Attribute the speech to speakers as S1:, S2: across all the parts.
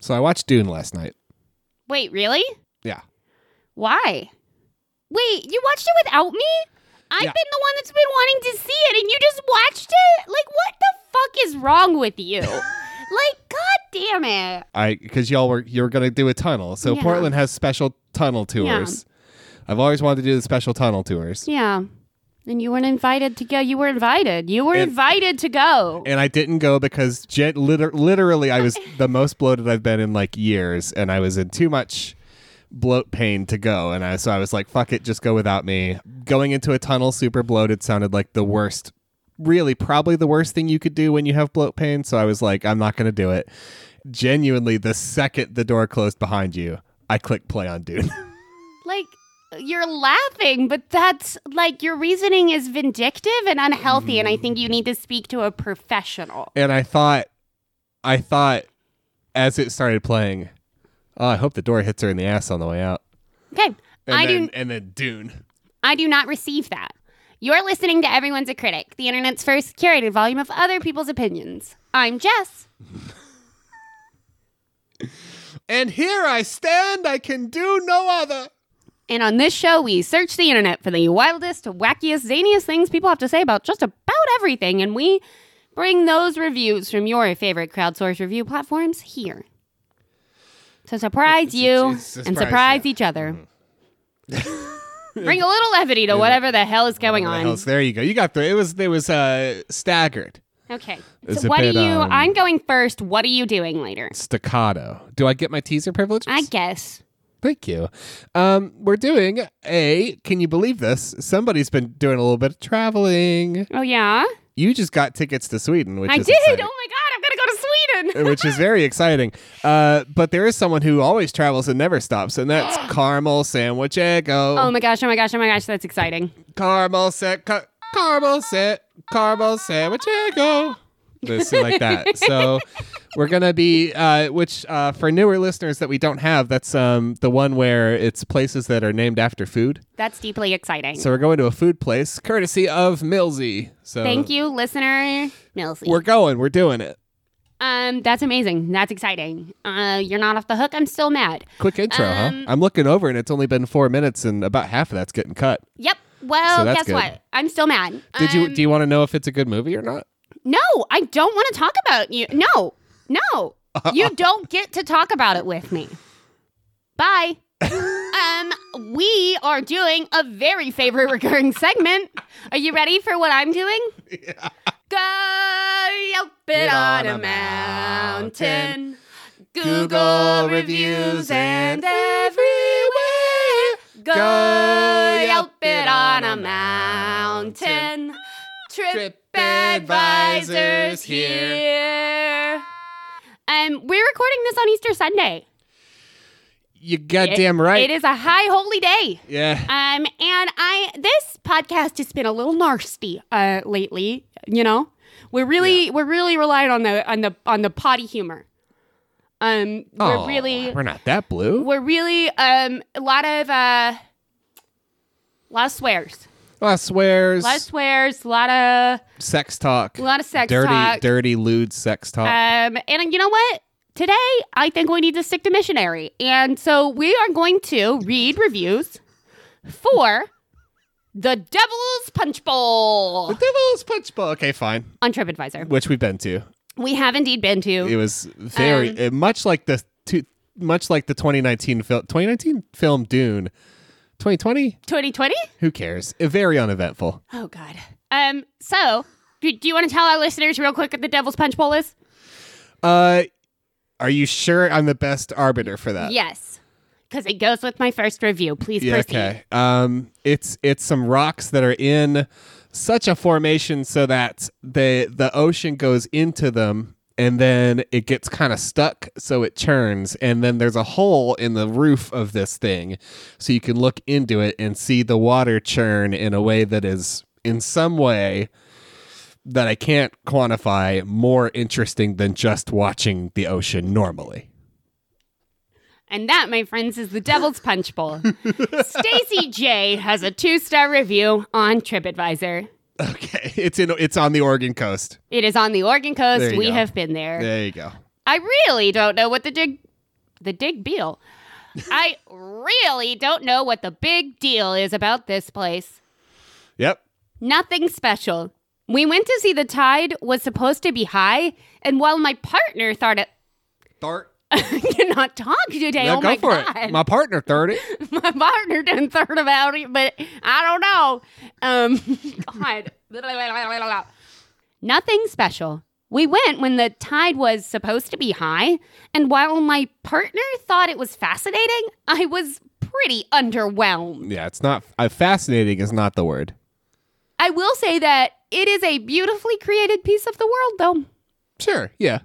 S1: So I watched Dune last night.
S2: Wait, really?
S1: Yeah.
S2: Why? Wait, you watched it without me? I've
S1: Yeah.
S2: been the one that's been wanting to see it and you just watched it? Like what the fuck is wrong with you? like god damn it.
S1: I because y'all were you were gonna do a tunnel. So
S2: Yeah.
S1: Portland has special tunnel
S2: Yeah.
S1: tours. I've always wanted to do the special tunnel tours.
S2: Yeah. And you weren't invited to go. You were invited. You were
S1: And-
S2: invited to go.
S1: And I didn't go because jet, liter- literally I was the most bloated I've been in like years, and I was in too much bloat pain to go. And I so I was like, "Fuck it, just go without me." Going into a tunnel super bloated sounded like the worst, really probably the worst thing you could do when you have bloat pain. So I was like, "I'm not gonna do it." Genuinely, the second the door closed behind you, I clicked play on Dune.
S2: like you're laughing, but that's like your reasoning is vindictive and unhealthy
S1: Mm.
S2: and I think you need to speak to a professional.
S1: and I thought, I thought, as it started playing, oh, I hope the door hits her in the ass on the way out.
S2: Okay.
S1: And
S2: I
S1: then,
S2: do
S1: and then Dune.
S2: I do not receive that. You're listening to Everyone's a Critic, the internet's first curated volume of other people's opinions. I'm Jess.
S1: And here I stand. I can do no other.
S2: And on this show, we search the internet for the wildest, wackiest, zaniest things people have to say about just about everything. And we bring those reviews from your favorite crowdsourced review platforms here to surprise you
S1: it's- it's
S2: and
S1: surprise,
S2: surprise
S1: yeah.
S2: each other. bring a little levity to whatever the hell is going
S1: What the
S2: on.
S1: hell's- there you go. You got through. It was it was uh, staggered
S2: Okay.
S1: It's
S2: So
S1: a
S2: what
S1: bit,
S2: are you?
S1: um,
S2: I'm going first. What are you doing later?
S1: staccato. Do I get my teaser privileges?
S2: I guess.
S1: Thank you. Um, we're doing a. Can you believe this? Somebody's been doing a little bit of traveling.
S2: Oh yeah,
S1: You just got tickets to Sweden, which
S2: I
S1: is
S2: did.
S1: exciting.
S2: Oh my god, I'm gonna go to Sweden.
S1: which is very exciting. Uh, but there is someone who always travels and never stops, and that's Carmel Sandwich Echo.
S2: Oh my gosh! Oh my gosh! Oh my gosh! That's exciting.
S1: Caramel set, ca- caramel set, caramel sandwich echo. This like that. So we're gonna be, uh, which uh, for newer listeners that we don't have, that's um, the one where it's places that are named after food.
S2: That's deeply exciting.
S1: So we're going to a food place courtesy of Millsy. So
S2: Thank you, listener Millsy.
S1: We're going. We're doing it.
S2: um, that's amazing. That's exciting. Uh, you're not off the hook. I'm still mad.
S1: Quick intro,
S2: Um,
S1: huh? I'm looking over, and it's only been four minutes, and about half of that's getting cut.
S2: Yep. Well,
S1: So that's
S2: guess
S1: good.
S2: what? I'm still mad.
S1: Did
S2: Um,
S1: you? Do you want to know if it's a good movie or not?
S2: No, I don't want to talk about you. No, no, you don't get to talk about it with me. Bye. um, we are doing a very favorite recurring segment. Are you ready for what I'm doing? Go up it on, a mountain. Google reviews and everywhere. Go up it on a mountain. Trip advisors
S1: advisors
S2: here. Um, we're recording this on Easter Sunday.
S1: You
S2: It-
S1: goddamn right.
S2: It is a high holy day.
S1: Yeah.
S2: Um, and I this podcast has been a little nasty uh lately. You know, we're really we're really relying on the on the on the potty humor. Um, we're
S1: Oh,
S2: really
S1: We're not that blue.
S2: we're really um a lot of uh, a lot of swears,
S1: lot of swears.
S2: a lot of swears, a lot of
S1: sex talk.
S2: a lot of sex
S1: dirty,
S2: talk.
S1: dirty, lewd sex talk.
S2: Um, and you know what? Today, I think we need to stick to missionary. And so we are going to read reviews for the Devil's Punch
S1: the
S2: Bowl
S1: devil's punch bowl. Okay, fine.
S2: on TripAdvisor.
S1: Which we've been to.
S2: We have indeed been
S1: It
S2: to.
S1: was very
S2: Um,
S1: it- much like the two, much like the 2019 film. 2019 film Dune. 2020.
S2: 2020?
S1: Who cares? Uh, Very uneventful.
S2: Oh, God. Um, so, do, do you want to tell our listeners real quick what the Devil's Punch Bowl is?
S1: Uh, are you sure I'm the best arbiter for that?
S2: yes. Because it goes with my first review. Please proceed.
S1: Um, it's it's some rocks that are in such a formation so that the the ocean goes into them and then it gets kind of stuck so it churns and then there's a hole in the roof of this thing so you can look into it and see the water churn in a way that is in some way that I can't quantify more interesting than just watching the ocean normally.
S2: And that, my friends, is the Devil's Punch Bowl. Stacy J has a two-star review on TripAdvisor.
S1: Okay, it's in it's on the Oregon coast.
S2: It is on the Oregon
S1: There
S2: coast.
S1: you
S2: We
S1: go.
S2: have been there.
S1: There you go.
S2: I really don't know what the dig the dig deal. I really don't know what the big deal is about this place.
S1: Yep.
S2: Nothing special. We went to see the tide was supposed to be high, and while my partner thought it
S1: Thart.
S2: I cannot talk today.
S1: Yeah,
S2: oh
S1: go
S2: my
S1: for
S2: god.
S1: it. My partner third it.
S2: my partner done thought about it, but I don't know. Um, God. Nothing special. We went when the tide was supposed to be high, and while my partner thought it was fascinating, I was pretty underwhelmed.
S1: Yeah, it's not. Uh, fascinating is not the word.
S2: I will say that it is a beautifully created piece of the world, though.
S1: Sure. Yeah.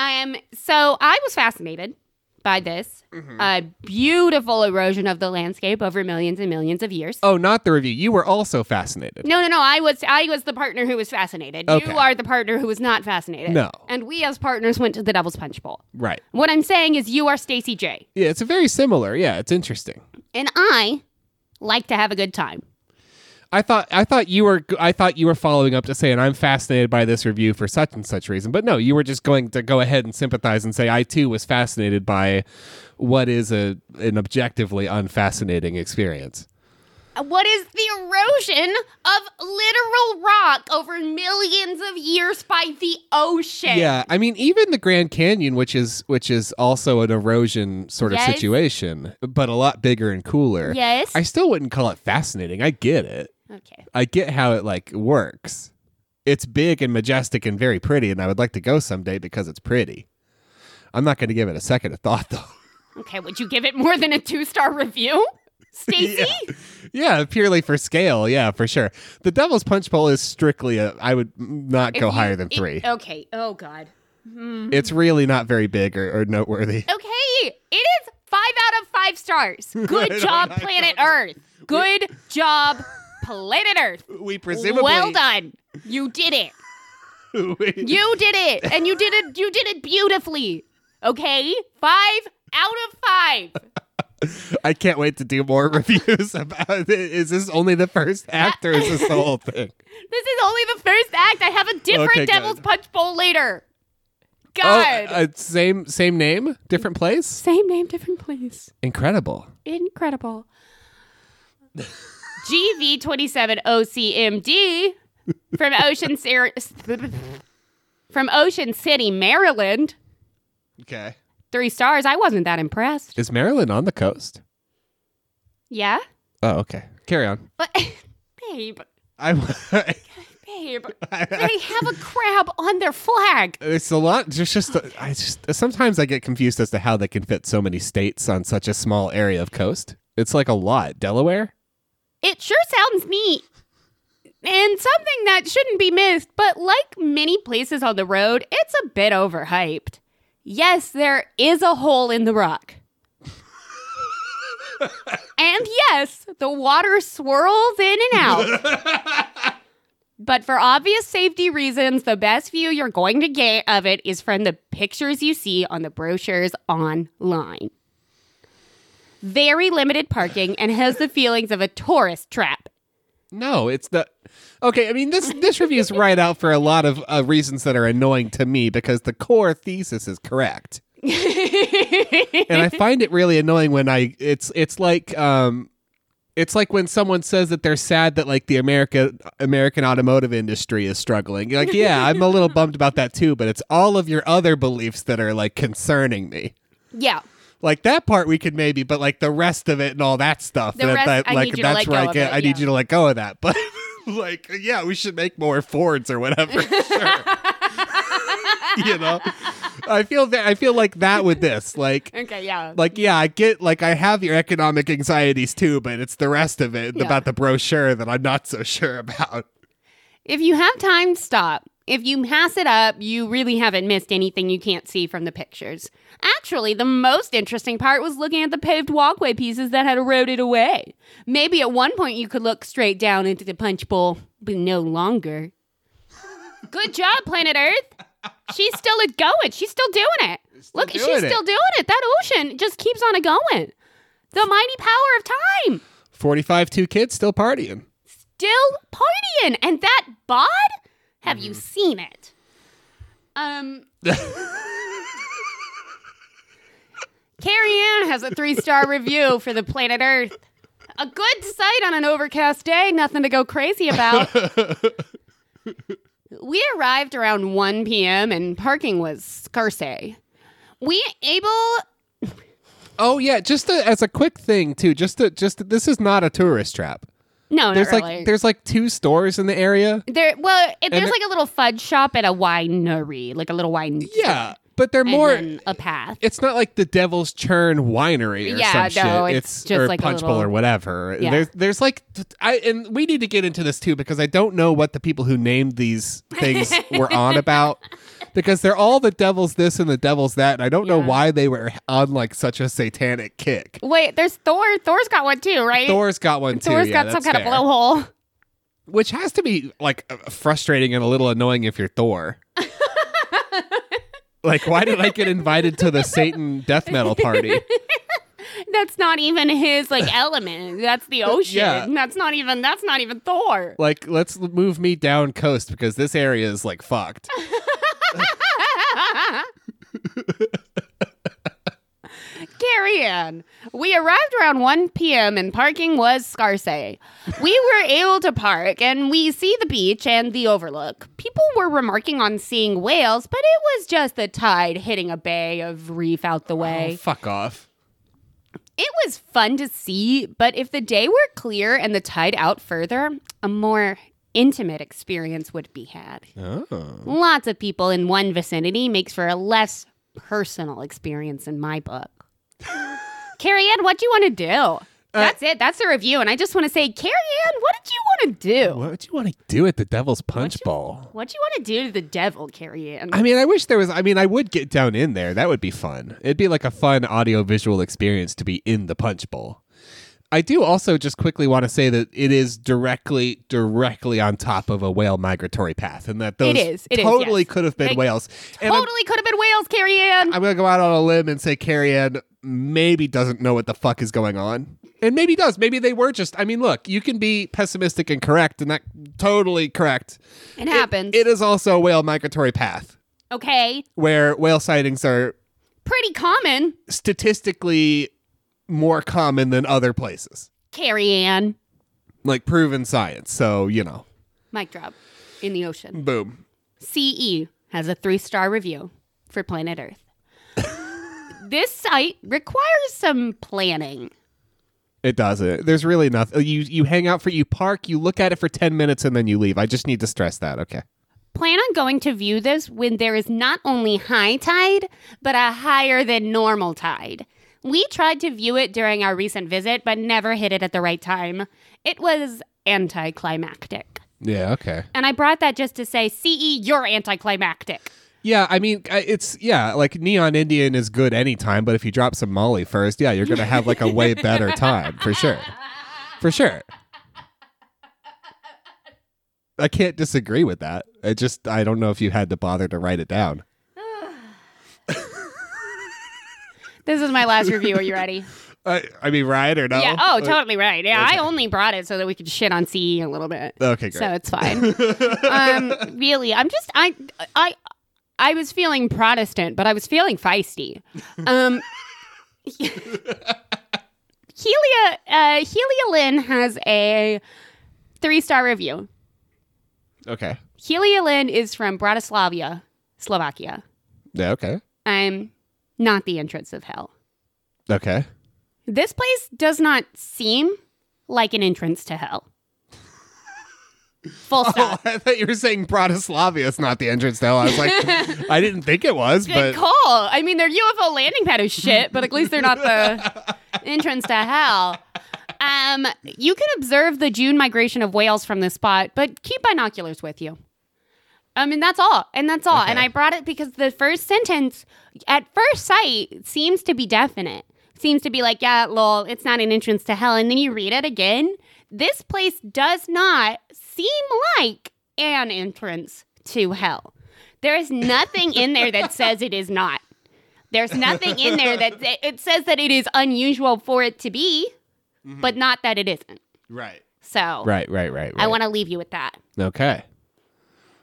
S2: I am so I was fascinated by this a beautiful erosion of the landscape over millions and millions of years.
S1: Oh, not the review. You were also fascinated.
S2: No, no, no. I was I was the partner who was fascinated.
S1: Okay.
S2: You are the partner who was not fascinated.
S1: No.
S2: And we as partners went to the Devil's Punch Bowl.
S1: Right.
S2: What I'm saying is you are Stacy J.
S1: Yeah, it's a very similar. Yeah, it's interesting.
S2: And I like to have a good time.
S1: I thought I thought you were I thought you were following up to say, and I'm fascinated by this review for such and such reason. But no, you were just going to go ahead and sympathize and say I too was fascinated by what is a an objectively unfascinating experience.
S2: What is the erosion of literal rock over millions of years by the ocean?
S1: Yeah, I mean, even the Grand Canyon, which is which is also an erosion sort of
S2: Yes.
S1: situation, but a lot bigger and cooler.
S2: Yes.
S1: I still wouldn't call it fascinating. I get it.
S2: okay.
S1: I get how it like works. It's big and majestic and very pretty, and I would like to go someday because it's pretty. I'm not going to give it a second of thought though.
S2: Okay, would you give it more than a two star review? Stacy?
S1: yeah, purely for scale. Yeah, for sure. The Devil's Punch Bowl is strictly a. I would not
S2: If
S1: go
S2: you-
S1: higher than
S2: it-
S1: three.
S2: okay. Oh God.
S1: it's really not very big or, or noteworthy.
S2: Okay, it is five out of five stars. Good
S1: don't-
S2: job,
S1: I
S2: planet Earth. Good job, planet Earth.
S1: We presumably
S2: Well done. You did it.
S1: we-
S2: You did it, and you did it. You did it beautifully. Okay, five out of five.
S1: I can't wait to do more reviews about it. Is this only the first act or is this the whole thing?
S2: This is only the first act. I have a different
S1: Okay, good.
S2: Devil's Punch Bowl later.
S1: Oh,
S2: God.
S1: uh, same same name, different place.
S2: Same name, different place.
S1: Incredible.
S2: Incredible. GV27OCMD from Ocean Ser- from Ocean City, Maryland.
S1: Okay.
S2: Three stars. I wasn't that impressed.
S1: Is Maryland on the coast?
S2: Yeah,
S1: Oh, okay. Carry on.
S2: but babe,
S1: I
S2: babe, they have a crab on their flag.
S1: it's a lot. There's just uh, I just sometimes I get confused as to how they can fit so many states on such a small area of coast. It's like a lot. Delaware.
S2: It sure sounds neat. And something that shouldn't be missed, but like many places on the road, it's a bit overhyped. Yes, there is a hole in the rock. and yes, the water swirls in and out. but for obvious safety reasons, the best view you're going to get of it is from the pictures you see on the brochures online very limited parking and has the feelings of a tourist trap.
S1: No, it's the okay. I mean this this review is right out for a lot of uh, reasons that are annoying to me because the core thesis is correct, and I find it really annoying when I it's it's like um it's like when someone says that they're sad that like the America American automotive industry is struggling. You're like, yeah, I'm a little bummed about that too, but it's all of your other beliefs that are like concerning me.
S2: yeah.
S1: Like that part we could maybe, but like the rest of it and all that stuff.
S2: The
S1: that,
S2: rest-
S1: that-
S2: I need
S1: like
S2: you to
S1: that's
S2: let
S1: where
S2: go
S1: I
S2: of
S1: get.
S2: it,
S1: I need
S2: yeah.
S1: you to let go of that. But like, yeah, we should make more Fords or whatever. Sure. you know, I feel that I feel like that with this. Like,
S2: Okay, yeah.
S1: like yeah, I get like I have your economic anxieties too, but it's the rest of it
S2: Yeah.
S1: about the brochure that I'm not so sure about.
S2: If you have time, stop. If you pass it up, you really haven't missed anything you can't see from the pictures. Actually, the most interesting part was looking at the paved walkway pieces that had eroded away. Maybe at one point you could look straight down into the punch bowl, but no longer. Good job, planet Earth. She's still it going. She's still doing it. Look, she's
S1: doing it.
S2: still doing it. That ocean just keeps on a going. The mighty power of time.
S1: 45 two kids still partying.
S2: still partying, and that bod? Have
S1: Mm.
S2: you seen it? Um. Carrie Ann has a three star review for the planet Earth. A good sight on an overcast day, nothing to go crazy about. we arrived around 1 p.m. and parking was scarce. We able
S1: Oh yeah, just a, as a quick thing too. Just to, just this is not a tourist trap.
S2: no,
S1: There's
S2: not
S1: like
S2: really.
S1: there's like two stores in the area.
S2: there, well, it, there's
S1: it-
S2: like a little fudge shop at a winery, like a little wine.
S1: Yeah, but they're
S2: and
S1: more.
S2: then a path.
S1: it's not like the Devil's Churn Winery or
S2: Yeah,
S1: some
S2: no,
S1: shit.
S2: it's just
S1: or
S2: like a
S1: Punch Bowl
S2: little-
S1: or whatever.
S2: Yeah.
S1: There's there's like I and we need to get into this too because I don't know what the people who named these things were on about because they're all the Devil's this and the Devil's that and I don't know
S2: Yeah.
S1: why they were on like such a satanic kick.
S2: Wait, there's Thor. Thor's got one too, right?
S1: Thor's got one too.
S2: Thor's
S1: yeah,
S2: got some
S1: that's
S2: kind
S1: fair.
S2: of blowhole.
S1: which has to be like uh, frustrating and a little annoying if you're Thor. like, why did I get invited to the Satan death metal party?
S2: That's not even his like element. That's the ocean.
S1: Yeah.
S2: That's not even. That's not even Thor.
S1: Like, let's move me down coast because this area is like fucked.
S2: Carry on. We arrived around 1 p.m. and parking was scarce. We were able to park and we see the beach and the overlook. People were remarking on seeing whales, but it was just the tide hitting a bay of reef out the way.
S1: Oh, fuck off.
S2: It was fun to see, but if the day were clear and the tide out further, a more intimate experience would be had.
S1: Oh.
S2: Lots of people in one vicinity makes for a less personal experience in my book. Carrie Ann, what do you want to do?
S1: Uh,
S2: That's it. That's the review. And I just want to say, Carrie Ann, what did you want to do?
S1: What would you want to do at the Devil's Punch Bowl?
S2: What do you want to do to the devil, Carrie Ann?
S1: I mean, I wish there was. I mean, I would get down in there. That would be fun. It'd be like a fun audio visual experience to be in the Punch Bowl. I do also just quickly want to say that it is directly, directly on top of a whale migratory path, and that those
S2: is. It is,
S1: totally
S2: yes.
S1: could have been
S2: Like,
S1: whales. And I'm-
S2: totally could have been whales, Carrie Ann.
S1: I'm, going to go out on a limb and say Carrie Ann maybe doesn't know what the fuck is going on. And maybe does. Maybe they were just. I mean, look, you can be pessimistic and correct, and that totally correct.
S2: It happens.
S1: It is also a whale migratory path
S2: okay.
S1: where whale sightings are
S2: Pretty common,
S1: statistically more common than other places,
S2: Carrie Ann.
S1: like proven science. So, you know,
S2: Mic drop in the ocean.
S1: boom.
S2: CE E has a three star review for Planet Earth. this site requires some planning.
S1: It does it. There's really nothing. You you hang out for you park, you look at it for 10 minutes and then you leave. I just need to stress that, okay?
S2: Plan on going to view this when there is not only high tide, but a higher than normal tide. We tried to view it during our recent visit, but never hit it at the right time. It was anticlimactic.
S1: Yeah, okay.
S2: And I brought that just to say, CE, you're anticlimactic.
S1: Yeah, I mean I- it's yeah, like Neon Indian is good anytime, but if you drop some Molly first, yeah, you're going to have like a way better time for sure. For sure. I can't disagree with that. I just I don't know if you had to bother to write it down.
S2: This is my last review. Are you ready?
S1: I, I mean, right or no?
S2: Yeah. Oh,
S1: Like-
S2: totally right. Yeah, I only brought it so that we could shit on CE a little bit.
S1: Okay,
S2: So
S1: great.
S2: it's fine. um, really, I'm just I I I was feeling Protestant, but I was feeling feisty. Um, Helia uh, Helia Lynn has a three star review.
S1: okay.
S2: Helia Lynn is from Bratislava, Slovakia.
S1: Yeah, okay.
S2: I'm not the entrance of hell.
S1: Okay.
S2: This place does not seem like an entrance to hell. Full
S1: Oh,
S2: stop.
S1: I thought you were saying Bratislavia is not the entrance though. I was like, I didn't think it was, but
S2: Good call. I mean, their UFO landing pad is shit, but at least they're not the entrance to hell. Um, you can observe the June migration of whales from this spot, but keep binoculars with you. I mean, that's all. And that's all. And
S1: Okay.
S2: I brought it because the first sentence at first sight seems to be definite. Seems to be like, yeah, lol, it's not an entrance to hell. And then you read it again. This place does not seem like an entrance to hell. There is nothing in there that says it is not. There's nothing in there that that- it says that it is unusual for it to be,
S1: Mm-hmm.
S2: but not that it isn't.
S1: Right.
S2: So
S1: Right, right, right.
S2: I want to leave you with that.
S1: Okay.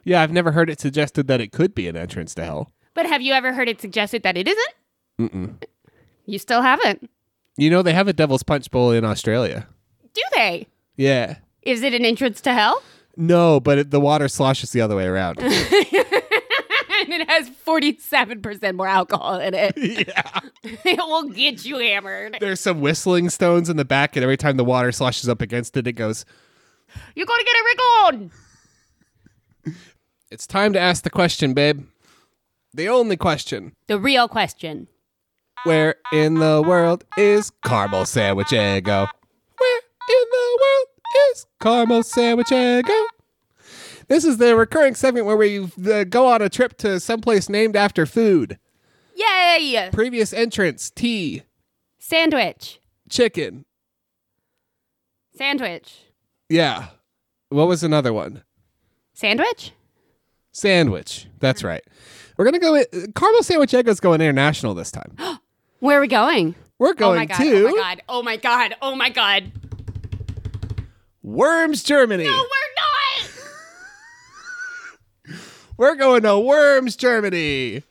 S1: Yeah, I've never heard it suggested that it could be an entrance to hell.
S2: But have you ever heard it suggested that it isn't?
S1: Mm-mm.
S2: You still haven't.
S1: You know, they have a Devil's Punch Bowl in Australia.
S2: Do they?
S1: Yeah.
S2: Is it an entrance to hell?
S1: No, but it, the water sloshes the other way around.
S2: and it has 47% more alcohol in it.
S1: yeah.
S2: it will get you hammered.
S1: There's some whistling stones in the back, and every time the water sloshes up against it, it goes,
S2: You're going to get a wriggle on.
S1: It's time to ask the question, babe. The only question.
S2: The real question.
S1: Where in the world is caramel sandwich ego? Where in the world is caramel sandwich ego? This is the recurring segment where we uh, go on a trip to someplace named after food.
S2: Yay!
S1: Previous entrance: tea,
S2: Sandwich.
S1: chicken.
S2: Sandwich.
S1: Yeah. What was another one?
S2: Sandwich?
S1: Sandwich. That's right. We're gonna go. With, caramel sandwich ego's going international this time.
S2: Where are we going?
S1: We're
S2: oh my
S1: going
S2: Oh god.
S1: to
S2: Oh my god. Oh my god. Oh my god.
S1: Worms, Germany.
S2: No, Oh, we're not.
S1: We're going to Worms, Germany.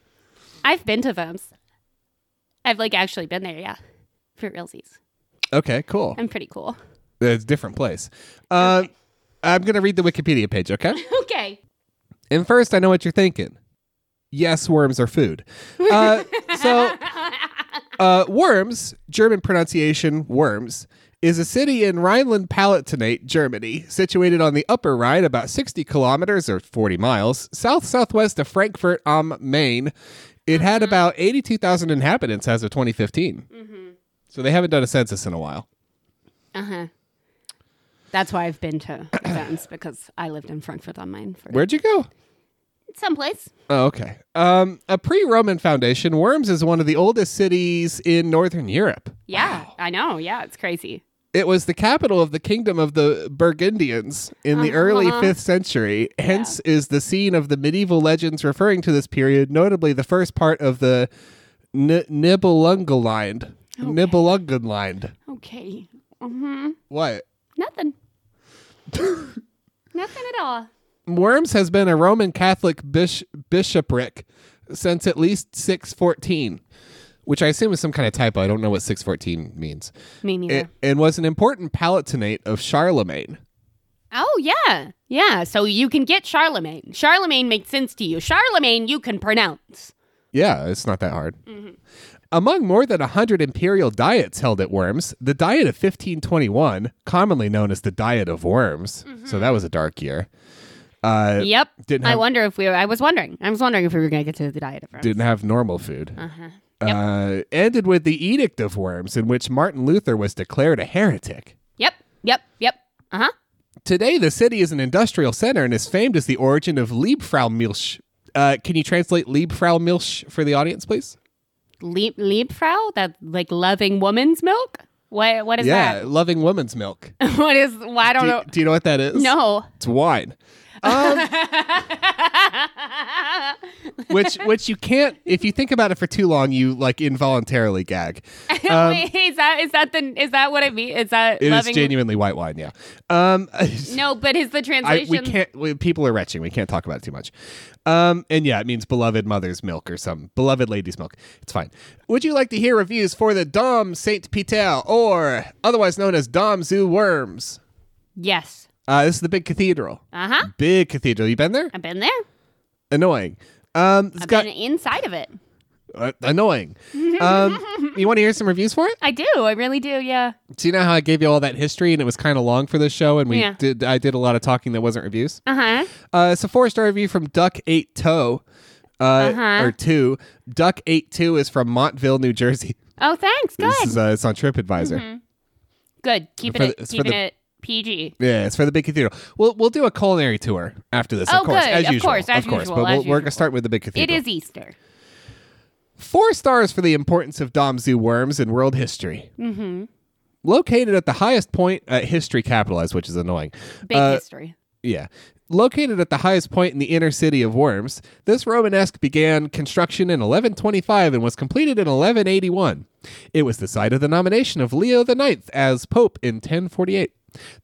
S2: I've been to Vomes. I've like actually been there, yeah. For realsies.
S1: Okay, cool.
S2: I'm pretty cool.
S1: It's a different place. Uh, I'm going to read the Wikipedia page, okay?
S2: Okay.
S1: and first, I know what you're thinking. Yes, worms are food. Uh, so, uh, Worms, German pronunciation, Worms, is a city in Rhineland Palatinate, Germany, situated on the Upper Rhine, about 60 kilometers or 40 miles, south southwest of Frankfurt am Main. It had about 82,000 inhabitants as of 2015. So, they haven't done a census in a while.
S2: Uh huh. That's why I've been to Vomes because I lived in Frankfurt on Main for
S1: Where'd you go?
S2: someplace.
S1: Oh, okay. Um, a pre-Roman foundation, Worms is one of the oldest cities in northern Europe.
S2: Yeah, I know. Yeah, it's crazy.
S1: It was the capital of the kingdom of the Burgundians in the early
S2: Uh-huh.
S1: 5th century. Hence is the scene of the medieval legends referring to this period, notably the first part of the N- Nibelungenlied. Nibelungenlied.
S2: Okay. Mm-hmm.
S1: What?
S2: Nothing. Nothing at all.
S1: Worms has been a Roman Catholic bish- bishopric since at least 614, which I assume is some kind of typo. I don't know what 614 means.
S2: Me neither.
S1: It- and was an important palatinate of Charlemagne.
S2: oh yeah, yeah. So you can get Charlemagne. Charlemagne makes sense to you. Charlemagne you can pronounce.
S1: Yeah, it's not that hard.
S2: Mm-hmm.
S1: Among more than 100 imperial diets held at Worms, the Diet of 1521, commonly known as the Diet of Worms, so that was a dark year, uh,
S2: Yep.
S1: didn't
S2: Mm-hmm. I
S1: have-
S2: wonder if we. I was wondering. I was wondering if we were going to get to the diet of Rome.
S1: didn't have normal food.
S2: Uh-huh. Yep.
S1: Uh, ended with the Edict of Worms, in which Martin Luther was declared a heretic.
S2: Yep. Yep. Yep. Uh huh.
S1: Today, the city is an industrial center and is famed as the origin of Liebfraumilch. Uh, can you translate Liebfraumilch for the audience, please?
S2: Lieb Liebfrau, that like loving woman's milk. What what is
S1: yeah, loving woman's milk.
S2: that? what is? Well, I don't
S1: Do you,
S2: know.
S1: do you know what that is?
S2: No.
S1: It's wine. Um, which which you can't if you think about it for too long, you like involuntarily gag.
S2: Wait, is that is that the is that what I mean? Is that
S1: Um, It is
S2: loving?
S1: genuinely white wine, yeah. Um
S2: no, but is the
S1: I,
S2: translation?
S1: we can't we, people are retching. We can't talk about it too much. Um and yeah, it means beloved mother's milk or some beloved lady's milk. It's fine. Would you like to hear reviews for the Dom Saint Peter or otherwise known as Dom Zoo Worms?
S2: Yes.
S1: Uh this is the big cathedral.
S2: Uh huh.
S1: Big cathedral. You been there?
S2: I've been there.
S1: Annoying. Um it's
S2: I've
S1: got
S2: been inside of it.
S1: uh, annoying. Um, you want to hear some reviews for it?
S2: I do. I really do. Yeah.
S1: Do you know how I gave you all that history and it was kind of long for this show, and we
S2: Yeah.
S1: did I did a lot of talking that wasn't reviews.
S2: Uh huh.
S1: Uh, it's a four star review from Duck Eight Toe, uh,
S2: Uh-huh.
S1: or two. Duck Eight Two is from Montville, New Jersey.
S2: Oh, thanks.
S1: This
S2: Good. Mm-hmm.
S1: is uh, it's on TripAdvisor.
S2: Good. Keeping
S1: For the-
S2: it
S1: it's for
S2: keeping
S1: the-
S2: it PG.
S1: Yeah, it's for the big cathedral. We'll we'll do a culinary tour after this,
S2: Oh,
S1: of course,
S2: good.
S1: as
S2: Of
S1: usual,
S2: course, as
S1: of course.
S2: usual,
S1: but
S2: as
S1: we'll, we're
S2: usual.
S1: gonna start with the big
S2: It
S1: cathedral.
S2: is Easter.
S1: four stars for the importance of Domzu worms in world history.
S2: Mm-hmm.
S1: Located at the highest point, uh, history capitalized, which is annoying.
S2: Big
S1: Uh,
S2: history.
S1: Yeah. Located at the highest point in the inner city of Worms, this Romanesque began construction in 1125 and was completed in 1181. It was the site of the nomination of Leo IX as Pope in 1048.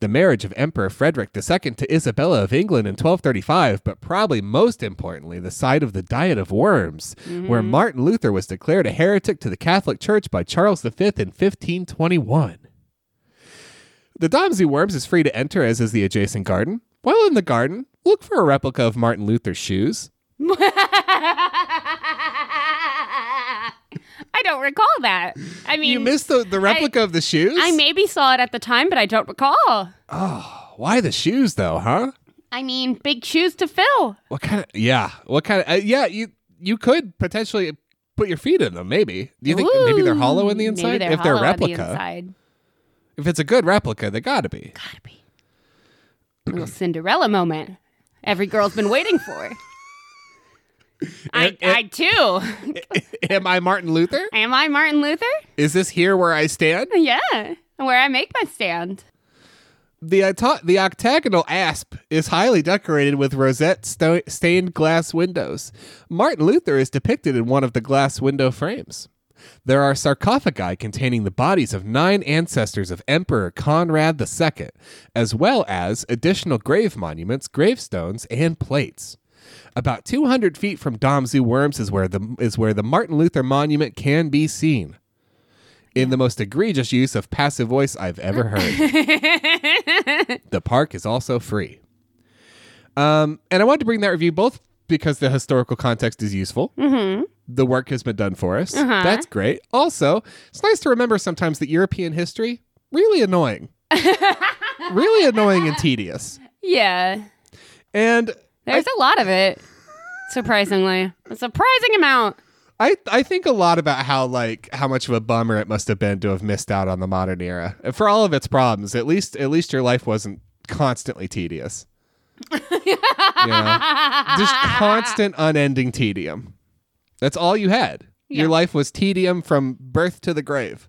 S1: The marriage of Emperor Frederick II to Isabella of England in 1235, but probably most importantly, the site of the Diet of Worms, where Martin Luther was declared a heretic to the Catholic Church by Charles V in 1521. The Domsey Worms is free to enter, as is the adjacent garden. While in the garden, look for a replica of Martin Luther's shoes.
S2: I don't recall that. I mean,
S1: You missed the, the replica of the shoes?
S2: I maybe saw it at the time, but I don't recall.
S1: Why the shoes, though, huh?
S2: I mean, big shoes to fill.
S1: What kind of. Yeah. What kind of. Uh, yeah, you you could potentially put your feet in them, maybe. Do you think maybe they're
S2: Ooh,
S1: hollow in the
S2: maybe
S1: inside?
S2: they're
S1: if they're
S2: hollow on the
S1: replica.
S2: inside.
S1: if it's a good replica, they gotta be.
S2: Gotta be. little Cinderella moment. Every girl's been waiting for. I,
S1: It- it-
S2: I too.
S1: Am I Martin Luther?
S2: Am I Martin Luther?
S1: Is this here where I stand?
S2: Yeah. Where I make my stand.
S1: The, octa- the octagonal asp is highly decorated with rosette sto- stained glass windows. Martin Luther is depicted in one of the glass window frames. There are sarcophagi containing the bodies of nine ancestors of Emperor Conrad II, as well as additional grave monuments, gravestones, and plates. About 200 feet from Domzu Worms is where the is where the Martin Luther monument can be seen. In the most egregious use of passive voice I've ever heard. The park is also free. Um, and I wanted to bring that review both because the historical context is useful. Mm-hmm. The work has been done for us. That's great. Also, it's nice to remember sometimes that European history really annoying, really annoying and tedious.
S2: yeah.
S1: And
S2: There's a lot of it. Surprisingly. A surprising amount.
S1: I I think a lot about how like how much of a bummer it must have been to have missed out on the modern era for all of its problems. At least at least your life wasn't constantly tedious. You know? Just constant, unending tedium. That's all you had.
S2: Yeah.
S1: Your life was tedium from birth to the grave.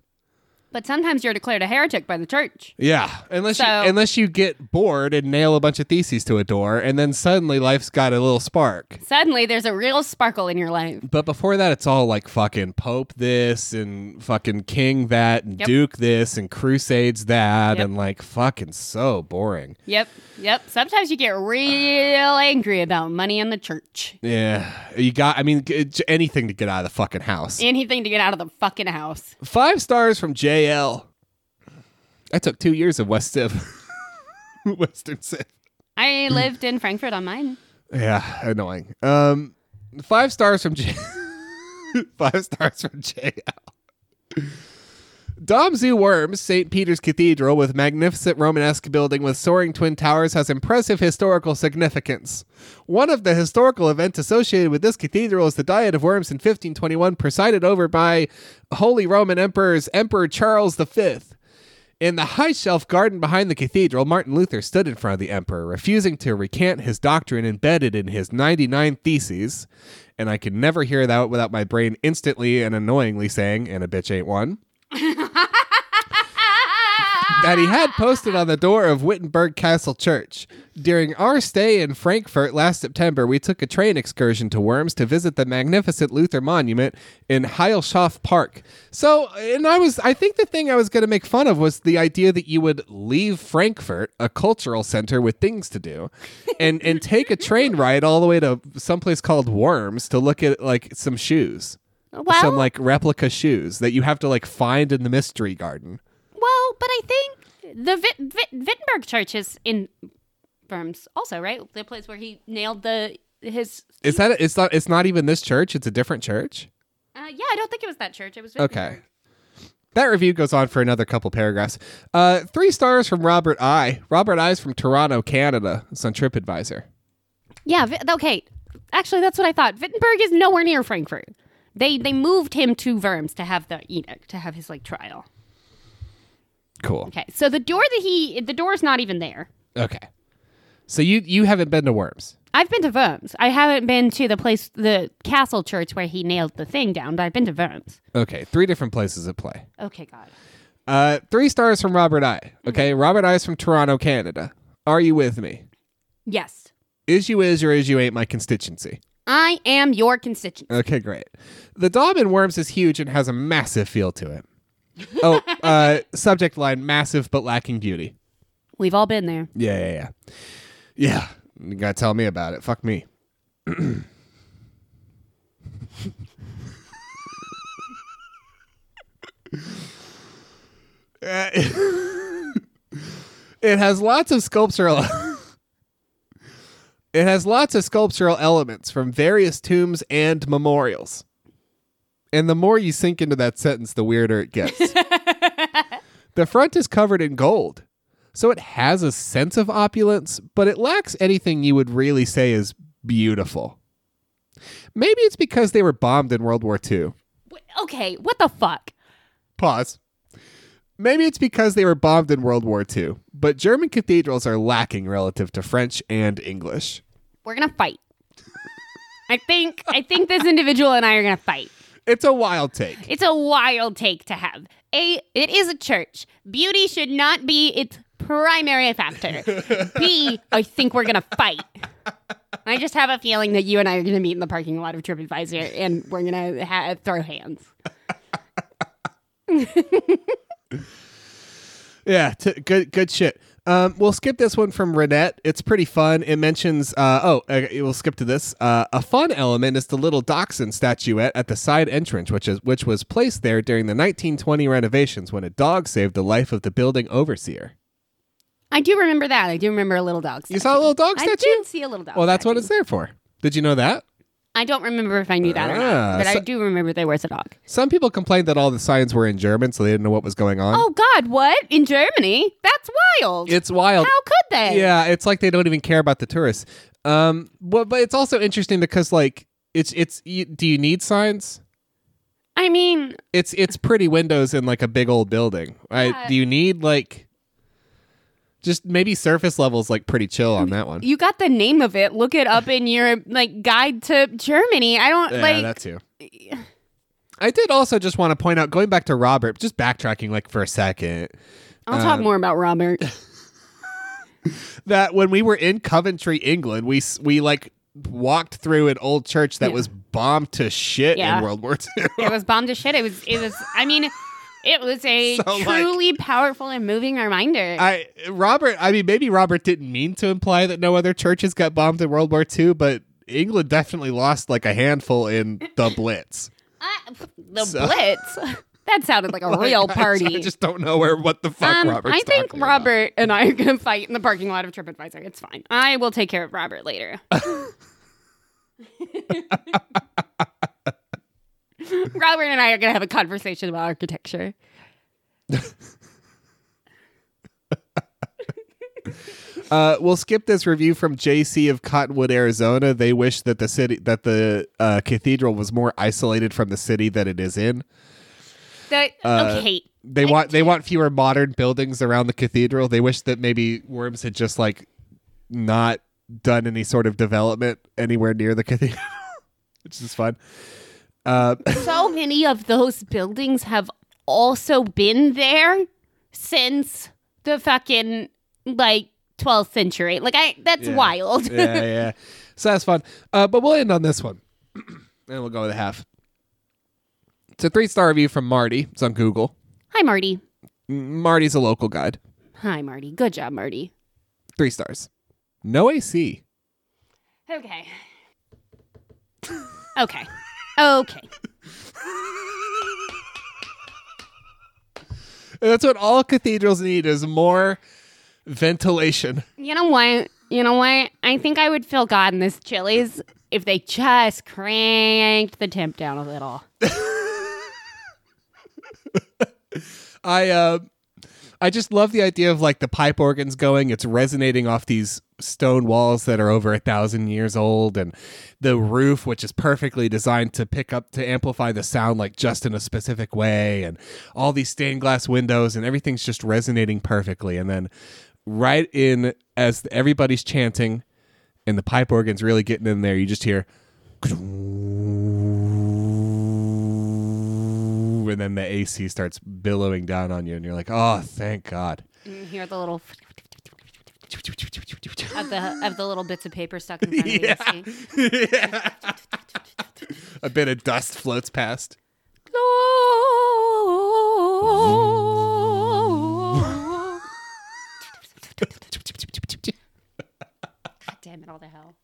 S2: But sometimes you're declared a heretic by the church.
S1: Yeah, unless
S2: So-
S1: you, unless you get bored and nail a bunch of theses to a door, and then suddenly life's got a little spark.
S2: Suddenly, there's a real sparkle in your life.
S1: But before that, it's all like fucking Pope this and fucking King that and
S2: Yep.
S1: Duke this and Crusades that
S2: Yep.
S1: and like fucking so boring.
S2: Yep, yep. Sometimes you get real angry about money and the church.
S1: Yeah, you got. I mean, g- j- anything to get out of the fucking house.
S2: Anything to get out of the fucking house.
S1: Five stars from JL. I took two years of West Civ, Western Civ.
S2: I
S1: Hmm.
S2: lived in Frankfurt on mine.
S1: Yeah, annoying. Um, five stars from J. five stars from JL. Domzu Worms, St. Peter's Cathedral, with magnificent Romanesque building with soaring twin towers, has impressive historical significance. One of the historical events associated with this cathedral is the Diet of Worms in 1521, presided over by Holy Roman Emperors Emperor Charles V. In the high shelf garden behind the cathedral, Martin Luther stood in front of the emperor, refusing to recant his doctrine embedded in his 99 Theses. And I can never hear that without my brain instantly and annoyingly saying, and a bitch ain't one, that he had posted on the door of Wittenberg Castle Church. During our stay in Frankfurt last September, we took a train excursion to Worms to visit the magnificent Luther monument in Heilshof Park. So, and I was, I think the thing I was going to make fun of was the idea that you would leave Frankfurt, a cultural center with things to do, and and take a train ride all the way to someplace called Worms to look at like some shoes.
S2: Well,
S1: Some like replica shoes that you have to like find in the mystery garden.
S2: well, but I think the Wit- Wit- Wittenberg church is in Worms also, right? The place where he nailed the his.
S1: Is that it's not it's not even this church, it's a different church.
S2: Uh, yeah, I don't think it was that church. It was Wittenberg.
S1: Okay. That review goes on for another couple paragraphs. Uh, three stars from Robert I. Robert I is from Toronto, Canada. It's on TripAdvisor.
S2: Yeah. Vi- okay. Actually, that's what I thought. Wittenberg is nowhere near Frankfurt. They they moved him to Worms to have the edict, to have his like trial.
S1: Cool.
S2: Okay, so the door that he the door's not even there.
S1: Okay. So you you haven't been to Worms.
S2: I've been to Worms. I haven't been to the place, the castle church where he nailed the thing down, but I've been to Worms.
S1: Okay. Three different places at play.
S2: Okay, God.
S1: Uh, three stars from Robert I. Okay. Robert I is from Toronto, Canada. Are you with me?
S2: Yes,
S1: Is you is or is you ain't my constituency?
S2: I am your constituent.
S1: Okay, great. The Dom in Worms is huge and has a massive feel to it. Oh, uh, subject line massive but lacking beauty.
S2: We've all been there.
S1: Yeah, yeah, yeah. Yeah. You gotta tell me about it. Fuck me. Uh, it has lots of sculptural It has lots of sculptural elements from various tombs and memorials. And the more you sink into that sentence, the weirder it gets. the front is covered in gold, so it has a sense of opulence, but it lacks anything you would really say is beautiful. Maybe it's because they were bombed in World War II.
S2: W- Okay, what the fuck?
S1: Pause. Maybe it's because they were bombed in World War II, but German cathedrals are lacking relative to French and English.
S2: We're gonna fight. I think I think this individual and I are gonna fight.
S1: It's a wild take.
S2: It's a wild take to have. A, it is a church. Beauty should not be its primary factor. B, I think we're gonna fight. I just have a feeling that you and I are gonna meet in the parking lot of TripAdvisor and we're gonna ha- throw hands.
S1: Yeah, t- good good shit. Um, we'll skip this one from Renette. It's pretty fun. It mentions, uh, oh, uh, we'll skip to this. Uh, a fun element is the little dachshund statuette at the side entrance, which is which was placed there during the 1920 renovations when a dog saved the life of the building overseer.
S2: I do remember that. I do remember a little dog.
S1: You saw a little dog
S2: I
S1: statue?
S2: did see a little dog.
S1: Well, that's what
S2: statue.
S1: it's there for. Did you know that?
S2: I don't remember if I knew that or
S1: Ah,
S2: not, but I
S1: so-
S2: do remember there was a dog.
S1: Some people complained that all the signs were in German, so they didn't know what was going on.
S2: Oh God, what in Germany? That's wild.
S1: It's wild.
S2: How could they?
S1: Yeah, it's like they don't even care about the tourists. Um, but but it's also interesting because like it's it's you, do you need signs?
S2: I mean,
S1: It's it's pretty windows in like a big old building. Right?
S2: Yeah.
S1: Do you need like just maybe surface levels like pretty chill on that one?
S2: you got the name of it. Look it up in your like guide to Germany. I don't
S1: yeah,
S2: like.
S1: that too. I did also just want to point out, going back to Robert, just backtracking like for a second,
S2: I'll talk
S1: uh,
S2: more about Robert.
S1: that when we were in Coventry, England, we s- we like walked through an old church that
S2: Yeah.
S1: was bombed to shit
S2: Yeah.
S1: in World War II.
S2: it was bombed to shit. It was. It was. I mean, it was a
S1: So, like-
S2: truly powerful and moving reminder.
S1: I Robert, I mean, maybe Robert didn't mean to imply that no other churches got bombed in World War II, but England definitely lost like a handful in the Blitz.
S2: I- pff, Uh, the
S1: So-
S2: Blitz. That sounded like a real
S1: Like, I-
S2: party.
S1: I, just don't know where what the fuck
S2: Um,
S1: Robert's
S2: I think
S1: talking about.
S2: Robert and I are going to fight in the parking lot of TripAdvisor. It's fine. I will take care of Robert later. Robert and I are going to have a conversation about architecture.
S1: Uh, we'll skip this review from JC of Cottonwood, Arizona. They wish that the city that the uh, cathedral was more isolated from the city that it is in.
S2: The,
S1: Uh,
S2: okay.
S1: They want they want fewer modern buildings around the cathedral. They wish that maybe Worms had just like not done any sort of development anywhere near the cathedral, which is fun. Uh,
S2: So many of those buildings have also been there since the fucking like 12th century. Like I that's
S1: Yeah.
S2: wild.
S1: yeah, yeah. So that's fun. Uh, but we'll end on this one, and we'll go with a half. It's a three star review from Marty. It's on Google.
S2: Hi Marty.
S1: M- Marty's a local guide.
S2: Hi Marty. Good job, Marty.
S1: Three stars. No AC.
S2: Okay. Okay. Okay.
S1: That's what all cathedrals need is more ventilation.
S2: You know what? You know what? I think I would feel God in this Chili's if they just cranked the temp down a little.
S1: I uh, I just love the idea of like the pipe organs going. It's resonating off these stone walls that are over a thousand years old, and the roof, which is perfectly designed to pick up to amplify the sound like just in a specific way, and all these stained glass windows, and everything's just resonating perfectly. And then right in as everybody's chanting, and the pipe organ's really getting in there, you just hear. And then the AC starts billowing down on you, and you're like, "Oh, thank God!"
S2: And you hear the little of the of the little bits of paper stuck in front of
S1: Yeah.
S2: the AC.
S1: A bit of dust floats past.
S2: God damn it, all the hell.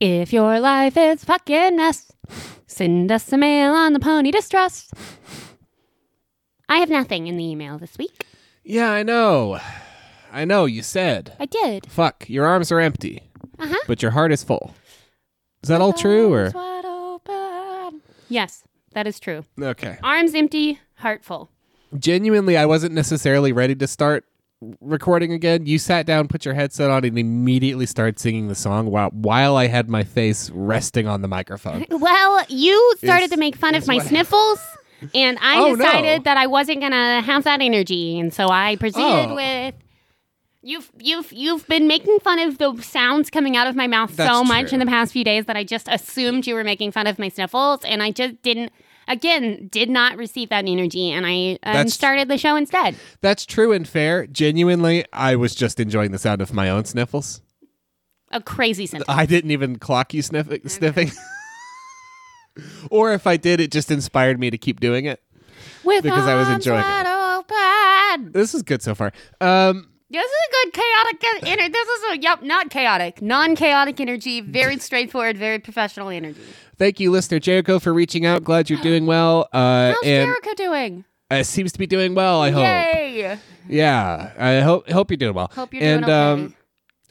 S2: If your life is fucking mess, send us a mail on the pony distress. I have nothing in the email this week.
S1: Yeah, I know. I know. You said,
S2: I did.
S1: "Fuck, your arms are empty,
S2: Uh-huh.
S1: but your heart is full." Is that all true, or
S2: Arms wide open. Yes, that is true.
S1: okay?
S2: Arms empty, heart full.
S1: genuinely I wasn't necessarily ready to start recording again. You sat down, put your headset on, and immediately started singing the song while while I had my face resting on the microphone.
S2: Well, you started
S1: Is-
S2: to make fun of
S1: is
S2: my
S1: what-
S2: sniffles, and I
S1: Oh, no.
S2: decided that I wasn't gonna have that energy, and so I proceeded
S1: Oh.
S2: with. You've you've you've been making fun of the sounds coming out of my mouth
S1: That's
S2: so much
S1: true.
S2: in the past few days that I just assumed you were making fun of my sniffles, and I just didn't. Again, did not receive that energy, and I um,
S1: That's-
S2: started the show instead.
S1: That's true and fair. Genuinely, I was just enjoying the sound of my own sniffles.
S2: A crazy sniffle.
S1: I didn't even clock you sniff- sniffing. or if I did, it just inspired me to keep doing it.
S2: With
S1: because I was
S2: arms
S1: enjoying it.
S2: wide open.
S1: This is good so far. Um,
S2: This is a good chaotic energy. This is a yep, not chaotic, non-chaotic energy. Very straightforward, very professional energy.
S1: thank you, listener Jericho, for reaching out. Glad you're doing well. Uh,
S2: How's
S1: and
S2: Jericho doing?
S1: uh, seems to be doing well. I hope.
S2: Yay!
S1: Yeah, I hope hope you're doing well. um,
S2: Hope you're doing okay.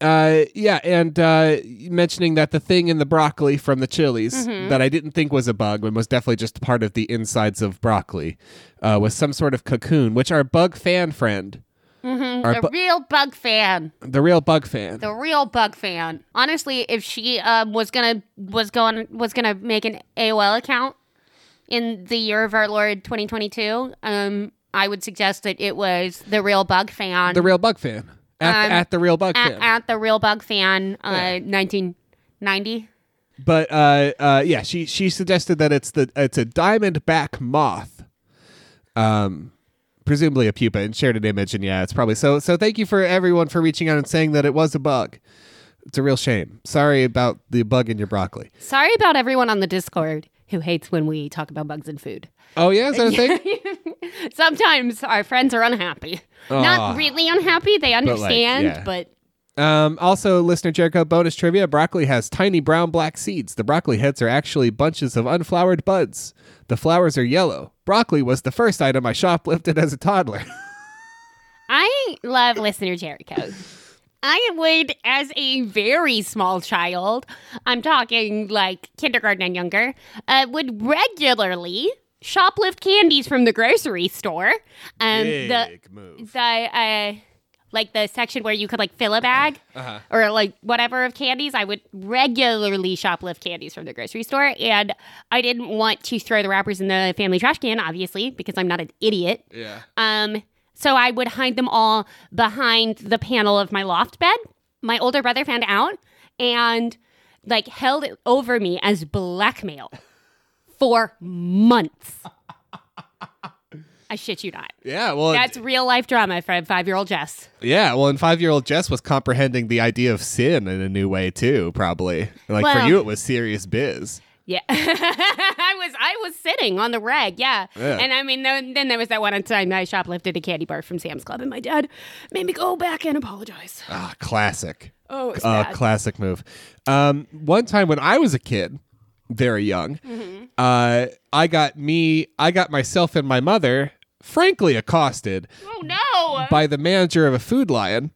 S1: uh, yeah, and uh, mentioning that the thing in the broccoli from the Chili's
S2: Mm-hmm.
S1: that I didn't think was a bug, but was definitely just part of the insides of broccoli, uh, was some sort of cocoon, which our bug fan friend,
S2: Mhm.
S1: our
S2: A
S1: bu-
S2: real bug fan.
S1: the real bug fan,
S2: The real bug fan. Honestly, if she um, was gonna was going was gonna make an AOL account in the year of our Lord 2022, um, I would suggest that it was the real bug fan.
S1: the real bug fan, at,
S2: Um,
S1: at the real bug
S2: at,
S1: fan.
S2: at the real bug fan, uh, 1990.
S1: But uh, uh, yeah, she she suggested that it's the it's a diamondback moth, um, presumably a pupa, and shared an image. And yeah, it's probably so. So thank you for everyone for reaching out and saying that it was a bug. It's a real shame. Sorry about the bug in your broccoli.
S2: Sorry about everyone on the Discord who hates when we talk about bugs and food.
S1: Oh yeah, is that a thing?
S2: Sometimes our friends are unhappy. Not
S1: Aw.
S2: really unhappy, they
S1: Ah. like, yeah.
S2: understand, but,
S1: Um, also, listener Jericho bonus trivia: broccoli has tiny brown black seeds. The broccoli heads are actually bunches of unflowered buds. The flowers are yellow. Broccoli was the first item I shoplifted as a toddler.
S2: I love listener Jericho. I would, as a very small child, I'm talking like kindergarten and younger, uh, would regularly shoplift candies from the grocery store. Um, the
S1: move.
S2: the uh, like the section where you could like fill a bag or like whatever of candies. I would regularly shoplift candies from the grocery store, and I didn't want to throw the wrappers in the family trash can, obviously, because I'm not an idiot.
S1: Yeah.
S2: Um, so I would hide them all behind the panel of my loft bed. My older brother found out and like held it over me as blackmail for months. I shit you not.
S1: Yeah. Well,
S2: That's real life drama for five year old Jess.
S1: Yeah, well, and five-year-old Jess was comprehending the idea of sin in a new way too. Probably, like for
S2: Well-
S1: you, it was serious biz.
S2: Yeah, I was I was sitting on the rag. Yeah,
S1: Yeah.
S2: and I mean then, then there was that one time I shoplifted a candy bar from Sam's Club, and my dad made me go back and apologize.
S1: Ah, classic,
S2: Oh, it was
S1: uh,
S2: bad.
S1: classic move. Um, one time when I was a kid,
S2: Mm-hmm.
S1: very young, uh, I got me, I got myself and my mother frankly accosted
S2: Oh no!
S1: by the manager of a food lion